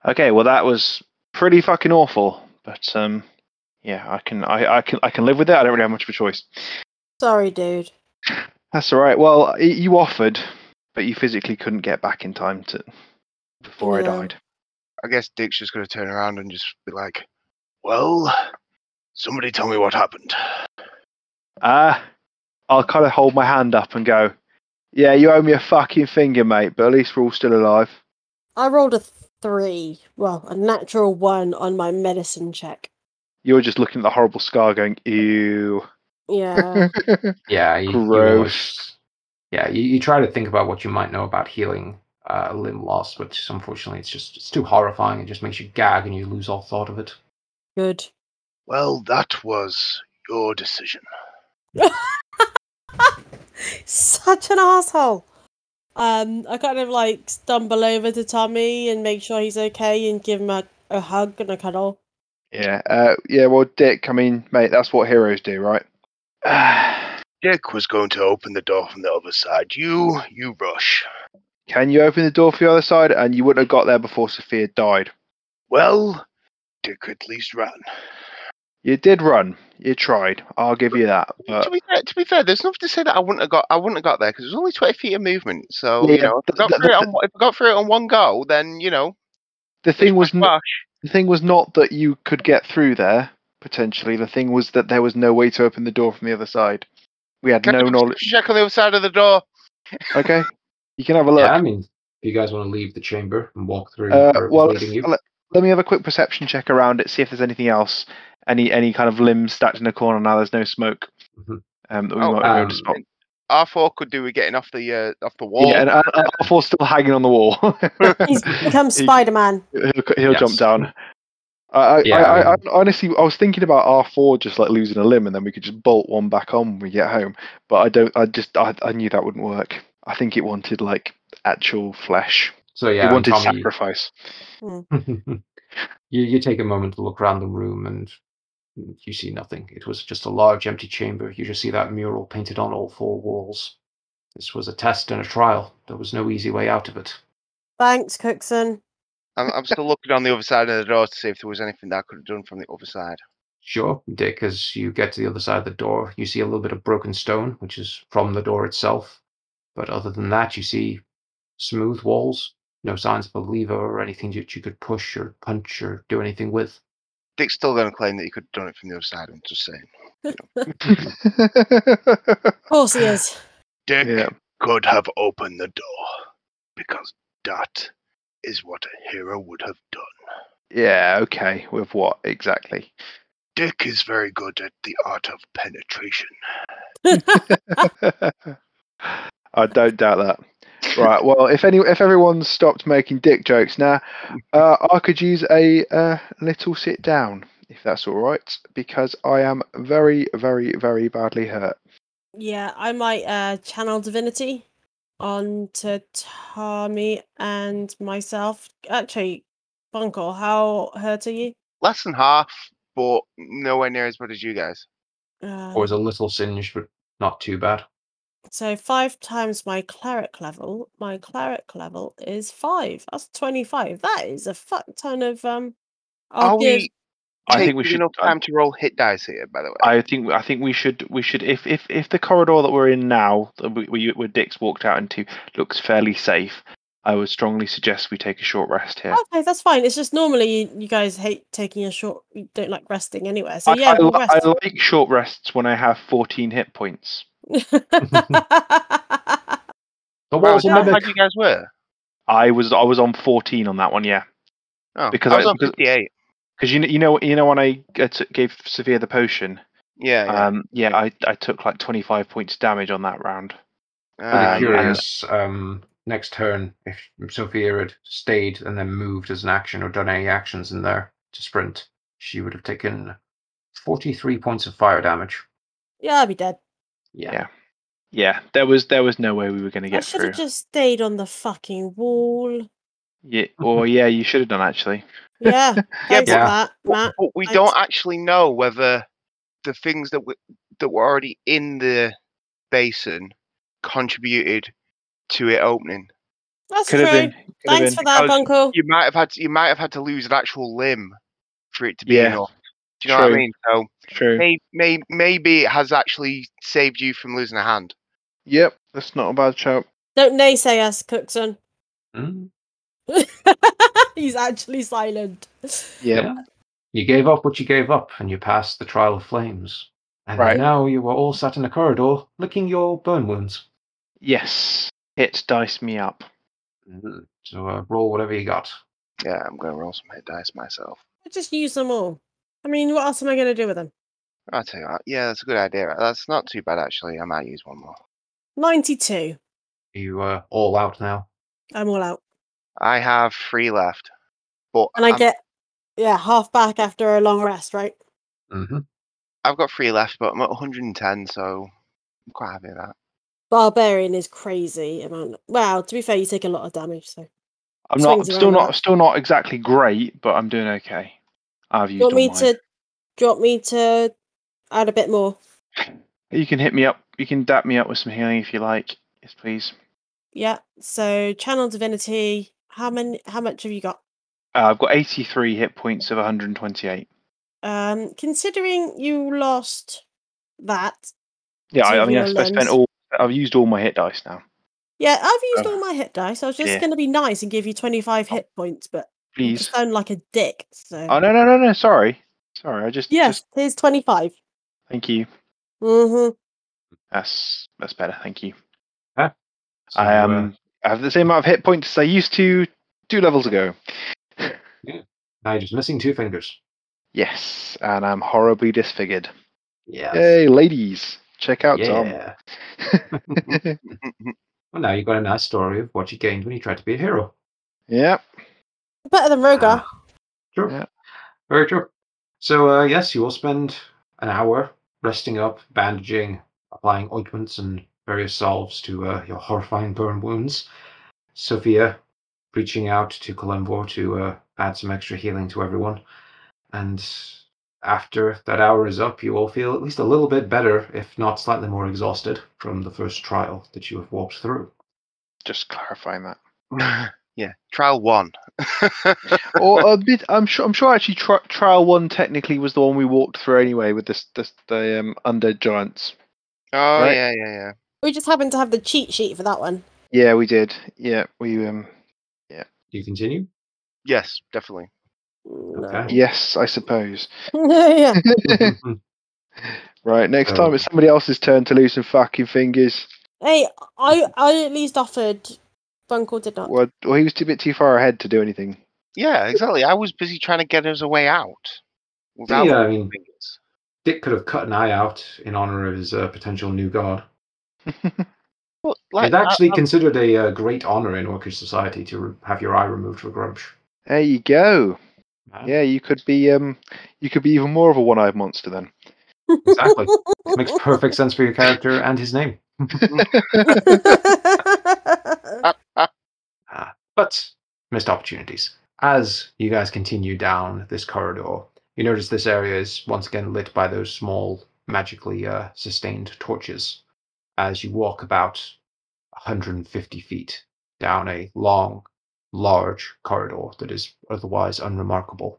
Speaker 3: Okay, well that was pretty fucking awful, but um, yeah, I can I, I can I can live with it. I don't really have much of a choice.
Speaker 2: Sorry, dude.
Speaker 3: That's all right. Well, y- you offered, but you physically couldn't get back in time to before
Speaker 2: Yeah.
Speaker 3: I died.
Speaker 4: I guess Dick's just going to turn around and just be like, well, somebody tell me what happened.
Speaker 3: Uh, I'll kind of hold my hand up and go, "Yeah, you owe me a fucking finger, mate. But at least we're all still alive."
Speaker 2: I rolled a three. Well, a natural one on my medicine check.
Speaker 3: You're just looking at the horrible scar, going, "Ew."
Speaker 2: Yeah.
Speaker 1: Yeah, you, you
Speaker 3: Gross.
Speaker 1: almost- yeah, you, you try to think about what you might know about healing uh, a limb loss, but just unfortunately, it's just it's too horrifying. It just makes you gag and you lose all thought of it.
Speaker 2: Good.
Speaker 4: Well, that was your decision.
Speaker 2: Such an asshole. Um, I kind of like stumble over to Tommy and make sure he's okay and give him a, a hug and a cuddle.
Speaker 3: Yeah. Uh, yeah. Well, Dick. I mean, mate, that's what heroes do, right? Ah,
Speaker 4: Dick was going to open the door from the other side. You, you rush.
Speaker 3: Can you open the door for the other side? And you wouldn't have got there before Sophia died.
Speaker 4: Well, Dick at least ran.
Speaker 3: You did run. You tried. I'll give you that.
Speaker 4: to
Speaker 3: But
Speaker 4: be fair, to be fair, there's nothing to say that I wouldn't have got. I wouldn't have got there because it was only 20 feet of movement. So you
Speaker 3: Yeah,
Speaker 4: know, if
Speaker 3: th-
Speaker 4: I got
Speaker 3: th-
Speaker 4: through it
Speaker 3: th-
Speaker 4: on one- if I got through it on one go, then you know,
Speaker 3: the thing was, n-
Speaker 4: splash.
Speaker 3: the thing was not that you could get through there potentially. The thing was that there was no way to open the door from the other side. We had
Speaker 4: Can I
Speaker 3: no
Speaker 4: just
Speaker 3: knowledge.
Speaker 4: Check on the other side of the door.
Speaker 3: Okay, you can have a look.
Speaker 1: Yeah, I mean, if you guys want to leave the chamber and walk through, where
Speaker 3: Uh,
Speaker 1: it was
Speaker 3: well,
Speaker 1: leading you,
Speaker 3: let, let me have a quick perception check around it, see if there's anything else, any any kind of limbs stacked in a corner. Now there's no smoke.
Speaker 1: Mhm.
Speaker 3: Um, that we
Speaker 4: Oh,
Speaker 3: might be able to
Speaker 1: um,
Speaker 3: spot.
Speaker 4: R four could do with getting off the uh, off the wall.
Speaker 3: Yeah, and uh, uh, R4 's still hanging on the wall.
Speaker 2: He's become
Speaker 3: He-
Speaker 2: Spider Man.
Speaker 3: He'll, he'll
Speaker 1: Yes.
Speaker 3: jump down. I, I,
Speaker 1: Yeah,
Speaker 3: I,
Speaker 1: I
Speaker 3: I, I honestly, I was thinking about R four just like losing a limb, and then we could just bolt one back on when we get home. But I don't. I just, I, I knew that wouldn't work. I think it wanted like actual flesh.
Speaker 1: so yeah,
Speaker 3: it wanted
Speaker 1: Tommy,
Speaker 3: sacrifice.
Speaker 1: you you take a moment to look round the room and you see nothing. It was just a large empty chamber. You just see that mural painted on all four walls. This was a test and a trial. There was no easy way out of it.
Speaker 2: Thanks, Cookson.
Speaker 4: I'm, I'm still looking on the other side of the door to see if there was anything that I could have done from the other side.
Speaker 1: Sure, Dick, as you get to the other side of the door, you see a little bit of broken stone, which is from the door itself. But other than that, you see smooth walls, no signs of a lever or anything that you could push or punch or do anything with.
Speaker 4: Dick's still going to claim that he could have done it from the other side. I'm just saying.
Speaker 2: Of course he is.
Speaker 4: Dick
Speaker 3: yeah,
Speaker 4: could have opened the door because that is what a hero would have done.
Speaker 3: yeah, okay. With what exactly?
Speaker 4: Dick is very good at the art of penetration.
Speaker 3: I don't doubt that. Right. Well, if any, if everyone stopped making dick jokes now, uh, I could use a uh, little sit down, if that's all right, because I am very, very, very badly hurt.
Speaker 2: yeah, I might uh, channel divinity onto Tommy and myself. Actually, Bunkle, how hurt are you?
Speaker 4: Less than half, but nowhere near as bad as you guys.
Speaker 2: Uh,
Speaker 1: Or is a little singed, but not too bad.
Speaker 2: So five times my cleric level. My cleric level is five. That's twenty-five. That is a fuck ton of um. I'll
Speaker 4: Are
Speaker 2: give-
Speaker 4: we taking enough time to roll hit dice here? By the way,
Speaker 3: I think I think we should we should if if if the corridor that we're in now, that we, we, where Dick's walked out into, looks fairly safe, I would strongly suggest we take a short rest here.
Speaker 2: Okay, that's fine. It's just normally you, you guys hate taking a short. You don't like resting anywhere. So
Speaker 3: I-
Speaker 2: yeah,
Speaker 3: I,
Speaker 2: we'll
Speaker 3: li- I
Speaker 2: rest.
Speaker 3: like short rests when I have 14 hit points.
Speaker 1: The
Speaker 4: Wow,
Speaker 1: walls
Speaker 4: is
Speaker 1: are
Speaker 4: that how
Speaker 1: mimic.
Speaker 4: bad you guys were?
Speaker 3: I was I was on 14 on that one, yeah.
Speaker 4: Oh,
Speaker 3: Because
Speaker 4: I was
Speaker 3: I-
Speaker 4: on
Speaker 3: because-
Speaker 4: 58.
Speaker 3: Because you kn- you know you know when I uh, t- gave Sophia the potion,
Speaker 4: Yeah, yeah.
Speaker 3: um, yeah, I, I took like 25 points damage on that round.
Speaker 1: I'd be
Speaker 4: Ah,
Speaker 3: um,
Speaker 1: curious um, next turn if Sophia had stayed and then moved as an action or done any actions in there to sprint, she would have taken 43 points of fire damage.
Speaker 2: Yeah, I'd be dead.
Speaker 3: Yeah. Yeah, there was there was no way we were going to
Speaker 2: I
Speaker 3: get
Speaker 2: should
Speaker 3: through.
Speaker 2: have just stayed on the fucking wall.
Speaker 3: Yeah, or yeah, you should have done actually.
Speaker 2: Yeah, thanks
Speaker 1: but-
Speaker 2: for that, Matt.
Speaker 4: But, but we
Speaker 2: I
Speaker 4: don't
Speaker 2: d-
Speaker 4: actually know whether the things that were, that were already in the basin contributed to it opening.
Speaker 2: That's
Speaker 3: Could
Speaker 2: true.
Speaker 3: have been. Could have
Speaker 2: Thanks
Speaker 3: been.
Speaker 2: for that,
Speaker 4: because
Speaker 2: Bunkle.
Speaker 4: You might have had to, you might have had to lose an actual limb for it to be
Speaker 3: Yeah.
Speaker 4: enough. Do you know what I
Speaker 3: True.
Speaker 4: mean? So
Speaker 3: True.
Speaker 4: may, may, maybe it has actually saved you from losing a hand.
Speaker 3: Yep, that's not a bad shout.
Speaker 2: Don't naysay us, Cookson.
Speaker 1: Mm,
Speaker 2: He's actually silent.
Speaker 3: Yep.
Speaker 1: yeah. You gave up what you gave up and you passed the Trial of Flames. And
Speaker 3: Right.
Speaker 1: now you were all sat in a corridor licking your burn wounds.
Speaker 3: Yes, it diced me up.
Speaker 1: So uh, roll whatever you got.
Speaker 4: Yeah, I'm going to roll some hit dice myself.
Speaker 2: I just use them all. I mean, what else am I going to do with them?
Speaker 4: I'll tell you what, yeah, that's a good idea. That's not too bad, actually. I might use one more.
Speaker 2: 92.
Speaker 1: You uh, all out now.
Speaker 2: I'm all out.
Speaker 4: I have three left. But
Speaker 2: And I
Speaker 4: I'm-
Speaker 2: get, yeah, half back after a long rest, right?
Speaker 1: hmm
Speaker 4: I've got three left, but I'm at 110, so I'm quite happy with that.
Speaker 2: Barbarian is crazy amount. Wow, to be fair, you take a lot of damage, so.
Speaker 3: I'm not. I'm
Speaker 2: Swings
Speaker 3: still
Speaker 2: around
Speaker 3: not.
Speaker 2: that.
Speaker 3: Still not exactly great, but I'm doing okay. I've
Speaker 2: Do
Speaker 3: used
Speaker 2: you want
Speaker 3: all
Speaker 2: me
Speaker 3: mine.
Speaker 2: to, do you want me to add a bit more?
Speaker 3: You can hit me up. You can dap me up with some healing if you like. Yes, please.
Speaker 2: Yeah. So channel divinity. How many? How much have you got?
Speaker 3: Uh, I've got 83 hit points of 128.
Speaker 2: Um, considering you lost that.
Speaker 3: Yeah, I, I
Speaker 2: Taking
Speaker 3: mean, I,
Speaker 2: your
Speaker 3: sp- I spent
Speaker 2: limbs.
Speaker 3: all. Oh, I've used all my hit dice now.
Speaker 2: Yeah, I've used
Speaker 3: Oh.
Speaker 2: all my hit dice. I was just
Speaker 3: Yeah.
Speaker 2: going to be nice and give you twenty-five hit points, but you
Speaker 3: Please.
Speaker 2: sound like a dick. So
Speaker 3: Oh no no no no! Sorry, sorry. I just.
Speaker 2: yes,
Speaker 3: Just,
Speaker 2: here's twenty-five.
Speaker 3: thank you.
Speaker 2: Mm-hmm.
Speaker 3: That's that's better. Thank you.
Speaker 1: So,
Speaker 3: I
Speaker 1: uh,
Speaker 3: um. I have the same amount of hit points as I used to two levels ago.
Speaker 1: Nigel's missing two fingers.
Speaker 3: Yes, and I'm horribly disfigured.
Speaker 1: Yeah.
Speaker 3: Yay, ladies! Check out Tom.
Speaker 1: Yeah.
Speaker 4: Mm-hmm.
Speaker 1: Well, now you've got a nice story of what you gained when you tried to be a hero.
Speaker 3: yeah.
Speaker 2: Better than Rogar.
Speaker 1: Ah, True.
Speaker 3: Yeah.
Speaker 1: Very true. So, uh, yes, you will spend an hour resting up, bandaging, applying ointments and various salves to uh, your horrifying burn wounds. Sophia reaching out to Columbo to uh, add some extra healing to everyone. And after that hour is up, you will feel at least a little bit better, if not slightly more exhausted, from the first trial that you have walked through.
Speaker 3: Just clarifying that.
Speaker 4: yeah, trial one.
Speaker 3: or a bit. I'm sure. I'm sure. Actually, tri- trial one technically was the one we walked through anyway with this, this the um, undead giants.
Speaker 4: Oh
Speaker 3: Right.
Speaker 4: yeah, yeah, yeah.
Speaker 2: We just happen to have the cheat sheet for that one.
Speaker 3: Yeah, we did. Yeah, we. Um,
Speaker 1: Do you continue?
Speaker 4: Yes, definitely.
Speaker 2: No.
Speaker 3: yes, I suppose.
Speaker 2: yeah.
Speaker 1: Mm-hmm.
Speaker 3: Right. Next
Speaker 1: So-
Speaker 3: time it's somebody else's turn to lose some fucking fingers.
Speaker 2: Hey, I I at least offered. Bunkle did not.
Speaker 3: Well, well, he was too bit too far ahead to do anything.
Speaker 4: Yeah, exactly. I was busy trying to get us a way out.
Speaker 1: Yeah,
Speaker 4: Without
Speaker 1: I mean,
Speaker 4: fingers.
Speaker 1: Dick could have cut an eye out in honor of his uh, potential new god.
Speaker 4: But, like,
Speaker 1: it's actually
Speaker 4: I, um, I-
Speaker 1: considered a uh, great honor in Orcish society to re- have your eye removed for grudge.
Speaker 3: There you go.
Speaker 1: Ah.
Speaker 3: Yeah, you could be um, you could be even more of a one-eyed monster then.
Speaker 1: Exactly. Makes perfect sense for your character and his name. But missed opportunities. As you guys continue down this corridor, you notice this area is once again lit by those small, magically uh, sustained torches. As you walk about 150 feet down a long, large corridor that is otherwise unremarkable.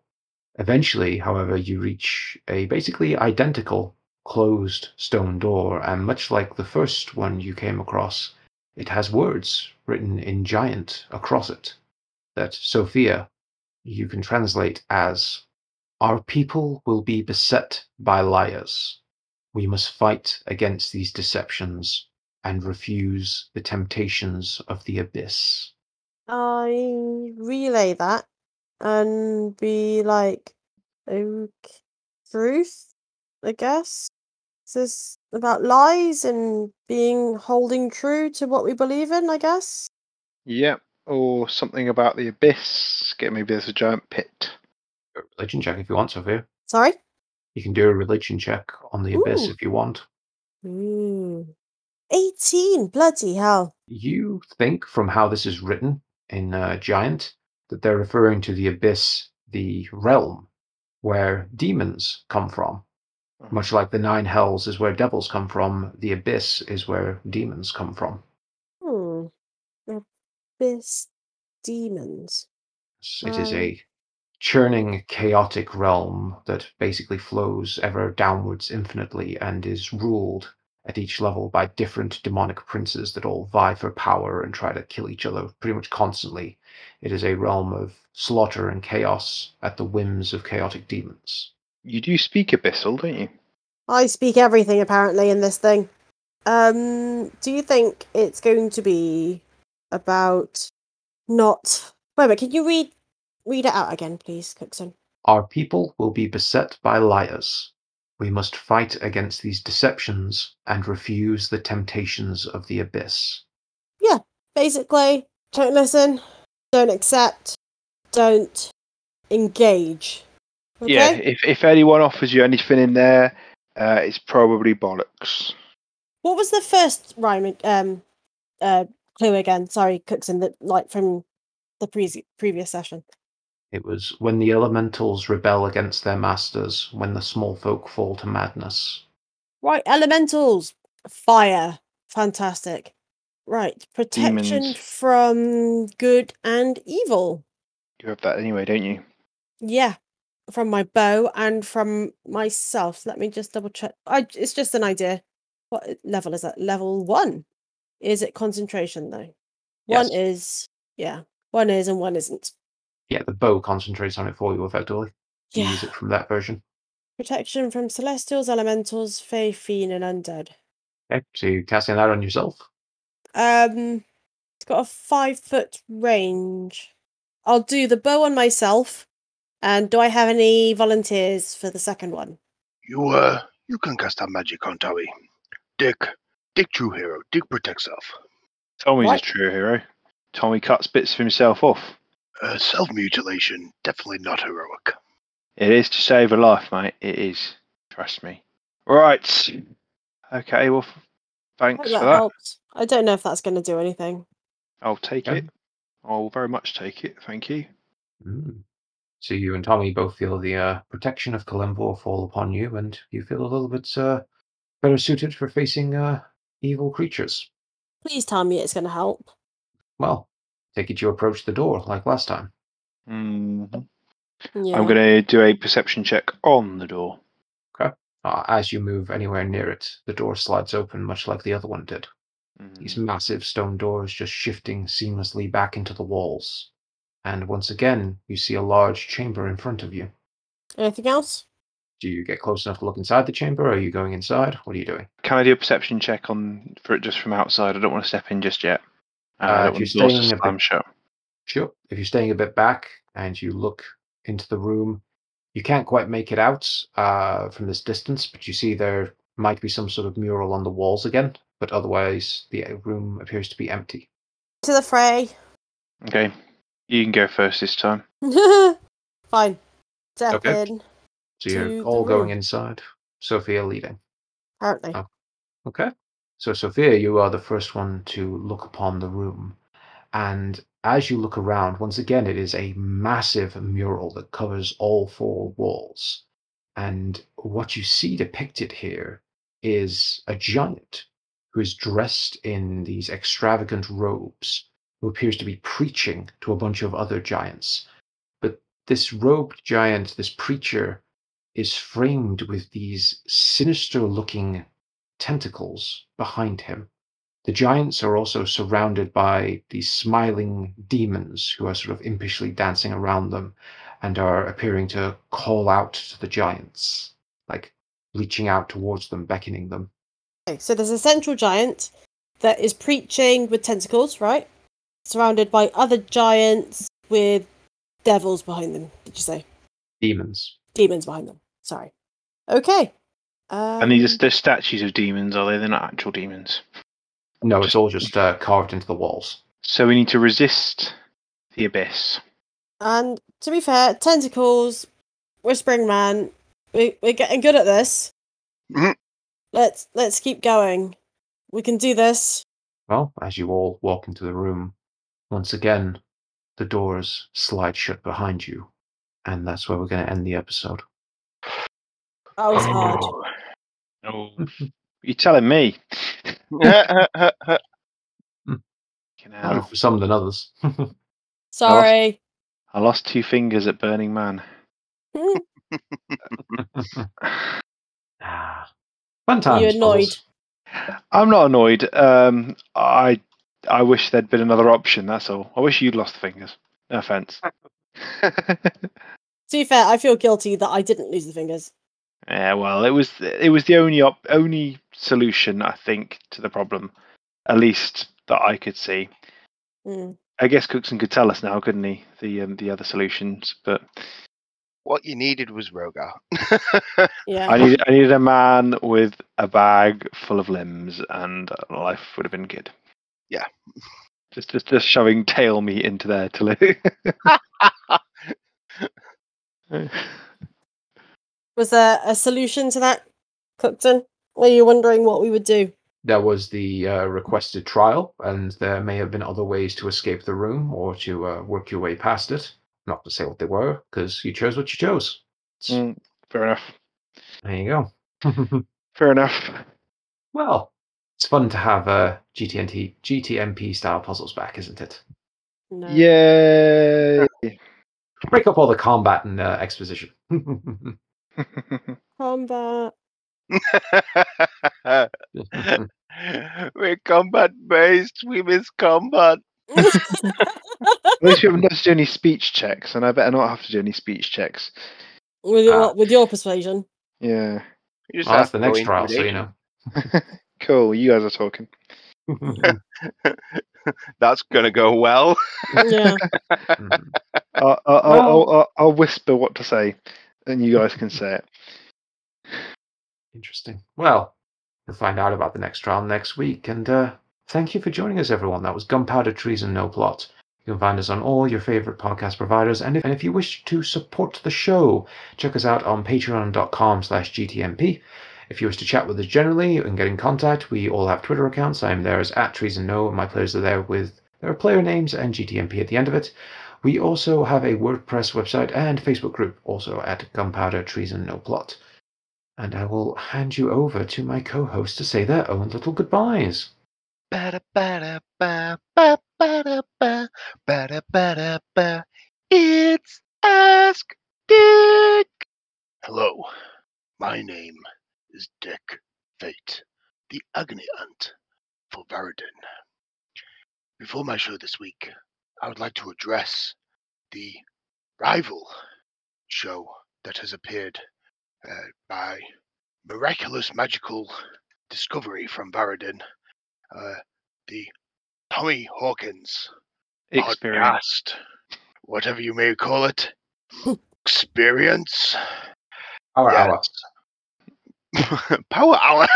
Speaker 1: Eventually, however, you reach a basically identical closed stone door, and much like the first one you came across, it has words written in giant across it that Sophia you can translate as Our people will be beset by liars. We must fight against these deceptions and refuse the temptations of the abyss.
Speaker 2: I relay that and be like, okay, truth, I guess. Is this about lies and being holding true to what we believe in, I guess?
Speaker 3: Yep. Or something about the abyss. Get maybe there's a giant pit.
Speaker 1: Do a religion check if you want, Sophia.
Speaker 2: Sorry?
Speaker 1: You can do a religion check on the abyss
Speaker 2: Ooh.
Speaker 1: if you want.
Speaker 2: Ooh. 18, bloody hell.
Speaker 1: You think, from how this is written in uh, Giant, that they're referring to the abyss, the realm where demons come from. Much like the nine hells is where devils come from, the abyss is where demons come from.
Speaker 2: Hmm. Abyss demons.
Speaker 1: It's- It is
Speaker 2: Um.
Speaker 1: a churning, chaotic realm that basically flows ever downwards infinitely and is ruled at each level by different demonic princes that all vie for power and try to kill each other pretty much constantly. It is a realm of slaughter and chaos at the whims of chaotic demons.
Speaker 3: You do speak abyssal, don't you?
Speaker 2: I speak everything apparently in this thing. Um, do you think it's going to be about not? Wait a minute. Can you read read it out again, please, Cookson?
Speaker 1: Our people will be beset by liars. We must fight against these deceptions and refuse the temptations of the abyss.
Speaker 2: Basically, don't listen, don't accept, don't engage. Okay?
Speaker 3: Yeah. If if anyone offers you anything in there, uh, it's probably bollocks.
Speaker 2: What was the first rhyme? ag- Um, uh, clue again. Sorry, Cookson. That like from the pre- previous session.
Speaker 1: It was when the elementals rebel against their masters, when the small folk fall to madness.
Speaker 2: Right, elementals, fire, fantastic. Right, protection
Speaker 3: Demons.
Speaker 2: from good and evil.
Speaker 3: You have that anyway, don't you?
Speaker 2: Yeah, from my bow and from myself. Let me just double check. I, it's just an idea. What i- level is that? Level one. Is it concentration though?
Speaker 3: Yes.
Speaker 2: One is, yeah, one is and one isn't.
Speaker 1: Yeah, the bow concentrates on it for you effectively. You
Speaker 2: Yeah.
Speaker 1: use it from that version.
Speaker 2: Protection from celestials, elementals, fae, fiend, and undead.
Speaker 1: Okay, so you're casting that on yourself.
Speaker 2: Um, it's got a five foot range. I'll do the bow on myself. And do I have any volunteers for the second one?
Speaker 4: You uh, you can cast that magic on Towie. Dick, Dick, true hero. Dick protect self.
Speaker 3: Tommy's
Speaker 2: What?
Speaker 3: a true hero. Tommy cuts bits of himself off.
Speaker 4: Uh, self mutilation, definitely not heroic.
Speaker 3: It is to save a life, mate. It is. Trust me. Right. Okay. Well, f-
Speaker 2: Hope
Speaker 3: thanks
Speaker 2: that
Speaker 3: for that.
Speaker 2: helps. I don't know if that's going to do anything.
Speaker 3: I'll take
Speaker 1: Okay.
Speaker 3: it. I'll very much take it. Thank you.
Speaker 1: Mm. So you and Tommy both feel the uh, protection of Kalemvor fall upon you, and you feel a little bit uh, better suited for facing uh, evil creatures.
Speaker 2: Please tell me it's going to help.
Speaker 1: Well, take it you approach the door like last time.
Speaker 2: Yeah.
Speaker 3: Mm-hmm. I'm going to do a perception check on the door.
Speaker 1: Uh, as you move anywhere near it, the door slides open, much like the other one did.
Speaker 3: Mm-hmm.
Speaker 1: these massive stone doors just shifting seamlessly back into the walls. And once again, you see a large chamber in front of you.
Speaker 2: Anything else?
Speaker 1: Do you get close enough to look inside the chamber? Are you going inside? What are you doing?
Speaker 3: Can I do a perception check on for it just from outside? I don't want to step in just yet. Uh,
Speaker 1: Uh,
Speaker 3: I
Speaker 1: if
Speaker 3: don't want
Speaker 1: you're
Speaker 3: the doors to
Speaker 1: staying a bit-
Speaker 3: slam shut.
Speaker 1: Sure. If you're staying a bit back and you look into the room, you can't quite make it out uh, from this distance, but you see there might be some sort of mural on the walls again. But otherwise, the uh, room appears to be empty.
Speaker 2: To the fray.
Speaker 3: Okay, you can go first this time.
Speaker 2: Fine. Step
Speaker 1: Okay.
Speaker 2: in,
Speaker 1: So you're
Speaker 2: To the
Speaker 1: all going
Speaker 2: room.
Speaker 1: inside. Sophia leading.
Speaker 2: apparently.
Speaker 1: Oh. Okay. So, Sophia, you are the first one to look upon the room. And as you look around, once again, it is a massive mural that covers all four walls. And what you see depicted here is a giant who is dressed in these extravagant robes, who appears to be preaching to a bunch of other giants. But this robed giant, this preacher, is framed with these sinister looking tentacles behind him. The giants are also surrounded by these smiling demons who are sort of impishly dancing around them and are appearing to call out to the giants, like reaching out towards them, beckoning them.
Speaker 2: Okay, so there's a central giant that is preaching with tentacles, right? Surrounded by other giants with devils behind them, did you say?
Speaker 1: Demons.
Speaker 2: Demons behind them. Sorry. Okay. Um,
Speaker 3: And these are they're statues of demons, are they? They're not actual demons.
Speaker 1: No, it's all just uh, carved into the walls.
Speaker 3: So we need to resist the abyss.
Speaker 2: And to be fair, tentacles, whispering man, we we're getting good at this.
Speaker 4: Mhm.
Speaker 2: Let's let's keep going. We can do this.
Speaker 1: Well, as you all walk into the room, once again, the doors slide shut behind you, and that's where we're going to end the episode.
Speaker 2: That was hard.
Speaker 3: Oh. You're telling me. Fucking
Speaker 1: Harder
Speaker 3: hell.
Speaker 1: for some than others.
Speaker 2: Sorry.
Speaker 3: I lost two fingers at Burning Man.
Speaker 1: Ah, Fun times. fellas.
Speaker 2: annoyed?
Speaker 3: I'm not annoyed. Um, I I wish there'd been another option. That's all. I wish you'd lost the fingers. No offense.
Speaker 2: To be fair, I feel guilty that I didn't lose the fingers.
Speaker 3: yeah, well, it was it was the only op- only solution I think to the problem, at least that I could see.
Speaker 2: Mm.
Speaker 3: I guess Cookson could tell us now, couldn't he? The um, the other solutions, but
Speaker 4: what you needed was Rogar.
Speaker 2: Yeah.
Speaker 3: I needed I needed a man with a bag full of limbs, and life would have been good.
Speaker 4: Yeah.
Speaker 3: Just just just shoving tail meat into there to live.
Speaker 2: Was there a solution to that, Cookton? Were you wondering what we would do?
Speaker 1: there was the uh, requested trial, and there may have been other ways to escape the room or to uh, work your way past it. Not to say what they were, because you chose what you chose.
Speaker 3: Mm, fair enough.
Speaker 1: There you go.
Speaker 3: Fair enough.
Speaker 1: well, it's fun to have uh, GTNT, GTMP style puzzles back, isn't it?
Speaker 2: No.
Speaker 3: Yay!
Speaker 1: Break up all the combat and uh, exposition.
Speaker 2: Combat.
Speaker 4: We're combat based. We miss combat.
Speaker 3: At least we haven't had to do any speech checks, and I better not have to do any speech checks.
Speaker 2: With
Speaker 4: Ah.
Speaker 2: your, with your persuasion.
Speaker 3: Yeah.
Speaker 4: You just
Speaker 1: Well, that's
Speaker 4: have
Speaker 1: the
Speaker 4: to
Speaker 1: next
Speaker 4: go
Speaker 1: trial, so you
Speaker 4: intimidation.
Speaker 1: know.
Speaker 3: Cool. You guys are talking.
Speaker 4: That's gonna go well.
Speaker 2: Yeah.
Speaker 1: Mm.
Speaker 3: I'll, I'll, I'll,
Speaker 1: Well-
Speaker 3: I'll, I'll, I'll whisper what to say, and you guys can say it.
Speaker 1: Interesting. Well, we'll find out about the next trial next week. And uh, thank you for joining us, everyone. That was Gunpowder Treason No Plot. You can find us on all your favorite podcast providers. And if, and if you wish to support the show, check us out on patreon.com slash GTMP. If you wish to chat with us generally and get in contact, we all have Twitter accounts. I'm there as at Treason No, and my players are there with their player names and GTMP at the end of it. We also have a WordPress website and Facebook group, also at Gunpowder Treason No Plot. And I will hand you over to my co host to say their own little goodbyes.
Speaker 4: Ba-da, ba-da, ba, ba, ba-da, ba, ba-da, ba-da, ba. It's Ask Dick. Hello, my name is Dick Fate, the agony aunt for Varadin. Before my show this week, I would like to address the rival show that has appeared uh, by miraculous magical discovery from Varadin. Uh, the Tommy Hawkins
Speaker 3: Experience.
Speaker 4: podcast, whatever you may call it, experience.
Speaker 1: Our
Speaker 4: Yes. Power hour.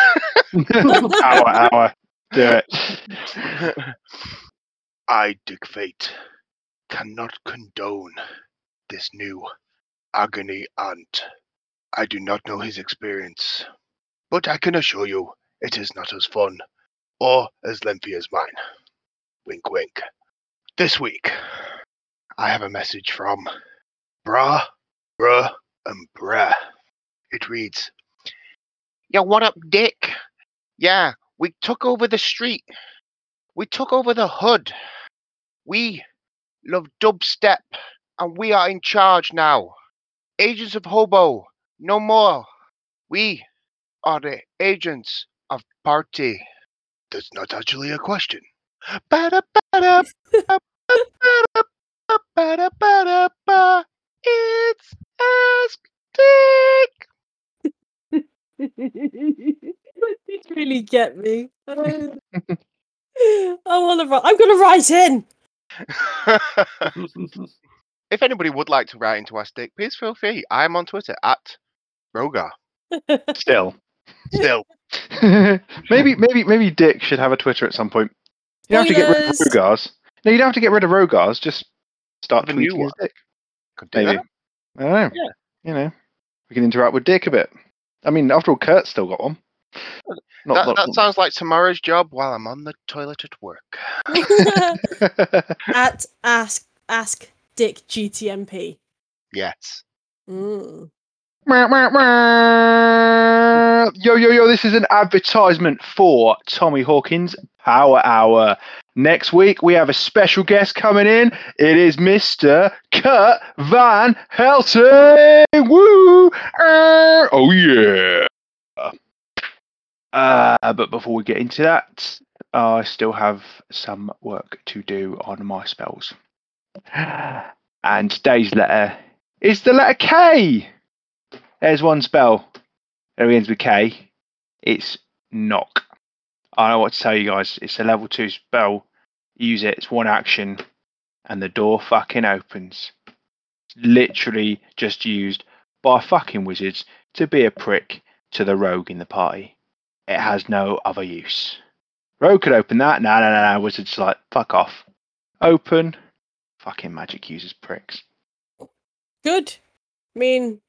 Speaker 3: hour, hour. Do it.
Speaker 4: I, Dick Fate, cannot condone this new agony aunt. I do not know his experience, but I can assure you it is not as fun or as lengthy as mine. Wink, wink. This week, I have a message from Bra, Bruh, and Bra. It reads Yo, what up, Dick? Yeah, we took over the street. We took over the hood. We love dubstep, and we are in charge now. Agents of Hobo, no more. We are the agents of party. That's not actually a question. Ba-da, ba-da, ba, ba-da, ba, ba-da, ba-da, ba. It's Ask Dick.
Speaker 2: Did you really get me? I want to. I'm gonna write in.
Speaker 4: if anybody would like to write into our stick, please feel free. I'm on Twitter at Rogar.
Speaker 3: Still.
Speaker 4: Still,
Speaker 3: maybe maybe maybe Dick should have a Twitter at some point. You don't have to get rid of
Speaker 2: Spoilers.
Speaker 3: Rogars. No, you don't have to get rid of Rogars. Just start
Speaker 4: Have a
Speaker 3: tweeting
Speaker 4: new
Speaker 3: his
Speaker 4: one.
Speaker 3: Dick.
Speaker 4: could do
Speaker 3: Maybe.
Speaker 4: that.
Speaker 3: I don't know.
Speaker 4: Yeah.
Speaker 3: You know, we can interact with Dick a bit. I mean, after all, Kurt's still got one. Not,
Speaker 4: That,
Speaker 3: not-
Speaker 4: that sounds like tomorrow's job while I'm on the toilet at work.
Speaker 2: At ask ask Dick GTMP.
Speaker 4: Yes.
Speaker 2: Mm.
Speaker 3: Yo, yo, yo, this is an advertisement for Tommy Hawkins Power Hour. Next week, we have a special guest coming in. It is Mr. Kurt Van Helten. Woo! Uh, oh, yeah. Uh, but before we get into that, I still have some work to do on my spells. And today's letter is the letter K. There's one spell that begins with K. It's knock. I don't know what to tell you guys. It's a level two spell. Use it. It's one action, and the door fucking opens. Literally just used by fucking wizards to be a prick to the rogue in the party. It has no other use. Rogue could open that. No, no, no, no. Wizards like fuck off. Open. Fucking magic users pricks.
Speaker 2: Good. I mean,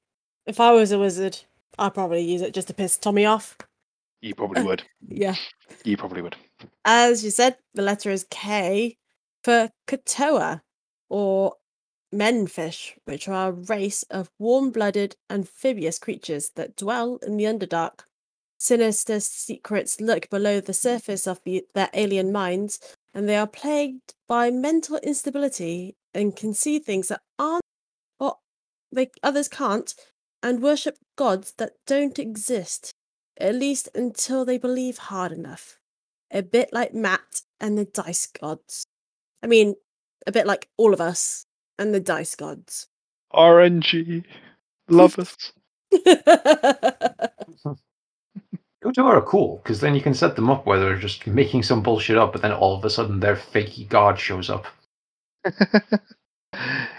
Speaker 2: if I was a wizard, I'd probably use it just to piss Tommy off.
Speaker 3: You probably would.
Speaker 2: Yeah.
Speaker 3: You probably would.
Speaker 2: As you said, the letter is K for Katoa, or menfish, which are a race of warm blooded amphibious creatures that dwell in the Underdark. Sinister secrets lurk below the surface of the, their alien minds, and they are plagued by mental instability and can see things that aren't or they others can't, and worship gods that don't exist, at least until they believe hard enough a bit like Matt and the Dice Gods. I mean, a bit like all of us and the Dice Gods.
Speaker 3: RNG. Love us.
Speaker 1: Kotor are cool because then you can set them up where they're just making some bullshit up, but then all of a sudden their fakey god shows up.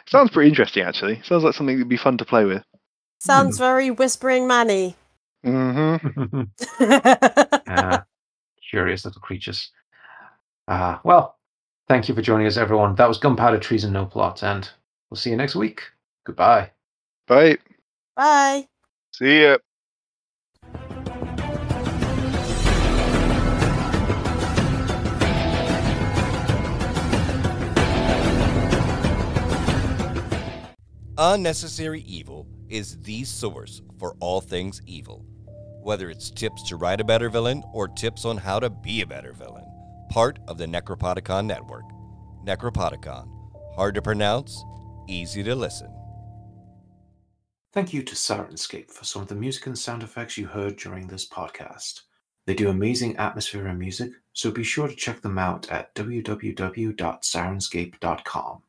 Speaker 3: Sounds pretty interesting, actually. Sounds like something that'd be fun to play with.
Speaker 2: Sounds very Whispering Manny.
Speaker 3: Mm-hmm.
Speaker 1: Ah, curious little creatures. Ah, well, thank you for joining us, everyone. That was Gunpowder Treason No Plot, and we'll see you next week. Goodbye.
Speaker 3: Right.
Speaker 2: Bye.
Speaker 4: See ya.
Speaker 6: Unnecessary Evil is the source for all things evil. Whether it's tips to write a better villain or tips on how to be a better villain, part of the Necropodicon Network. Necropodicon, hard to pronounce, easy to listen.
Speaker 7: Thank you to Sirenscape for some of the music and sound effects you heard during this podcast. They do amazing atmosphere and music, so be sure to check them out at www.sirenscape.com.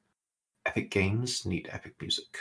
Speaker 7: Epic games need epic music.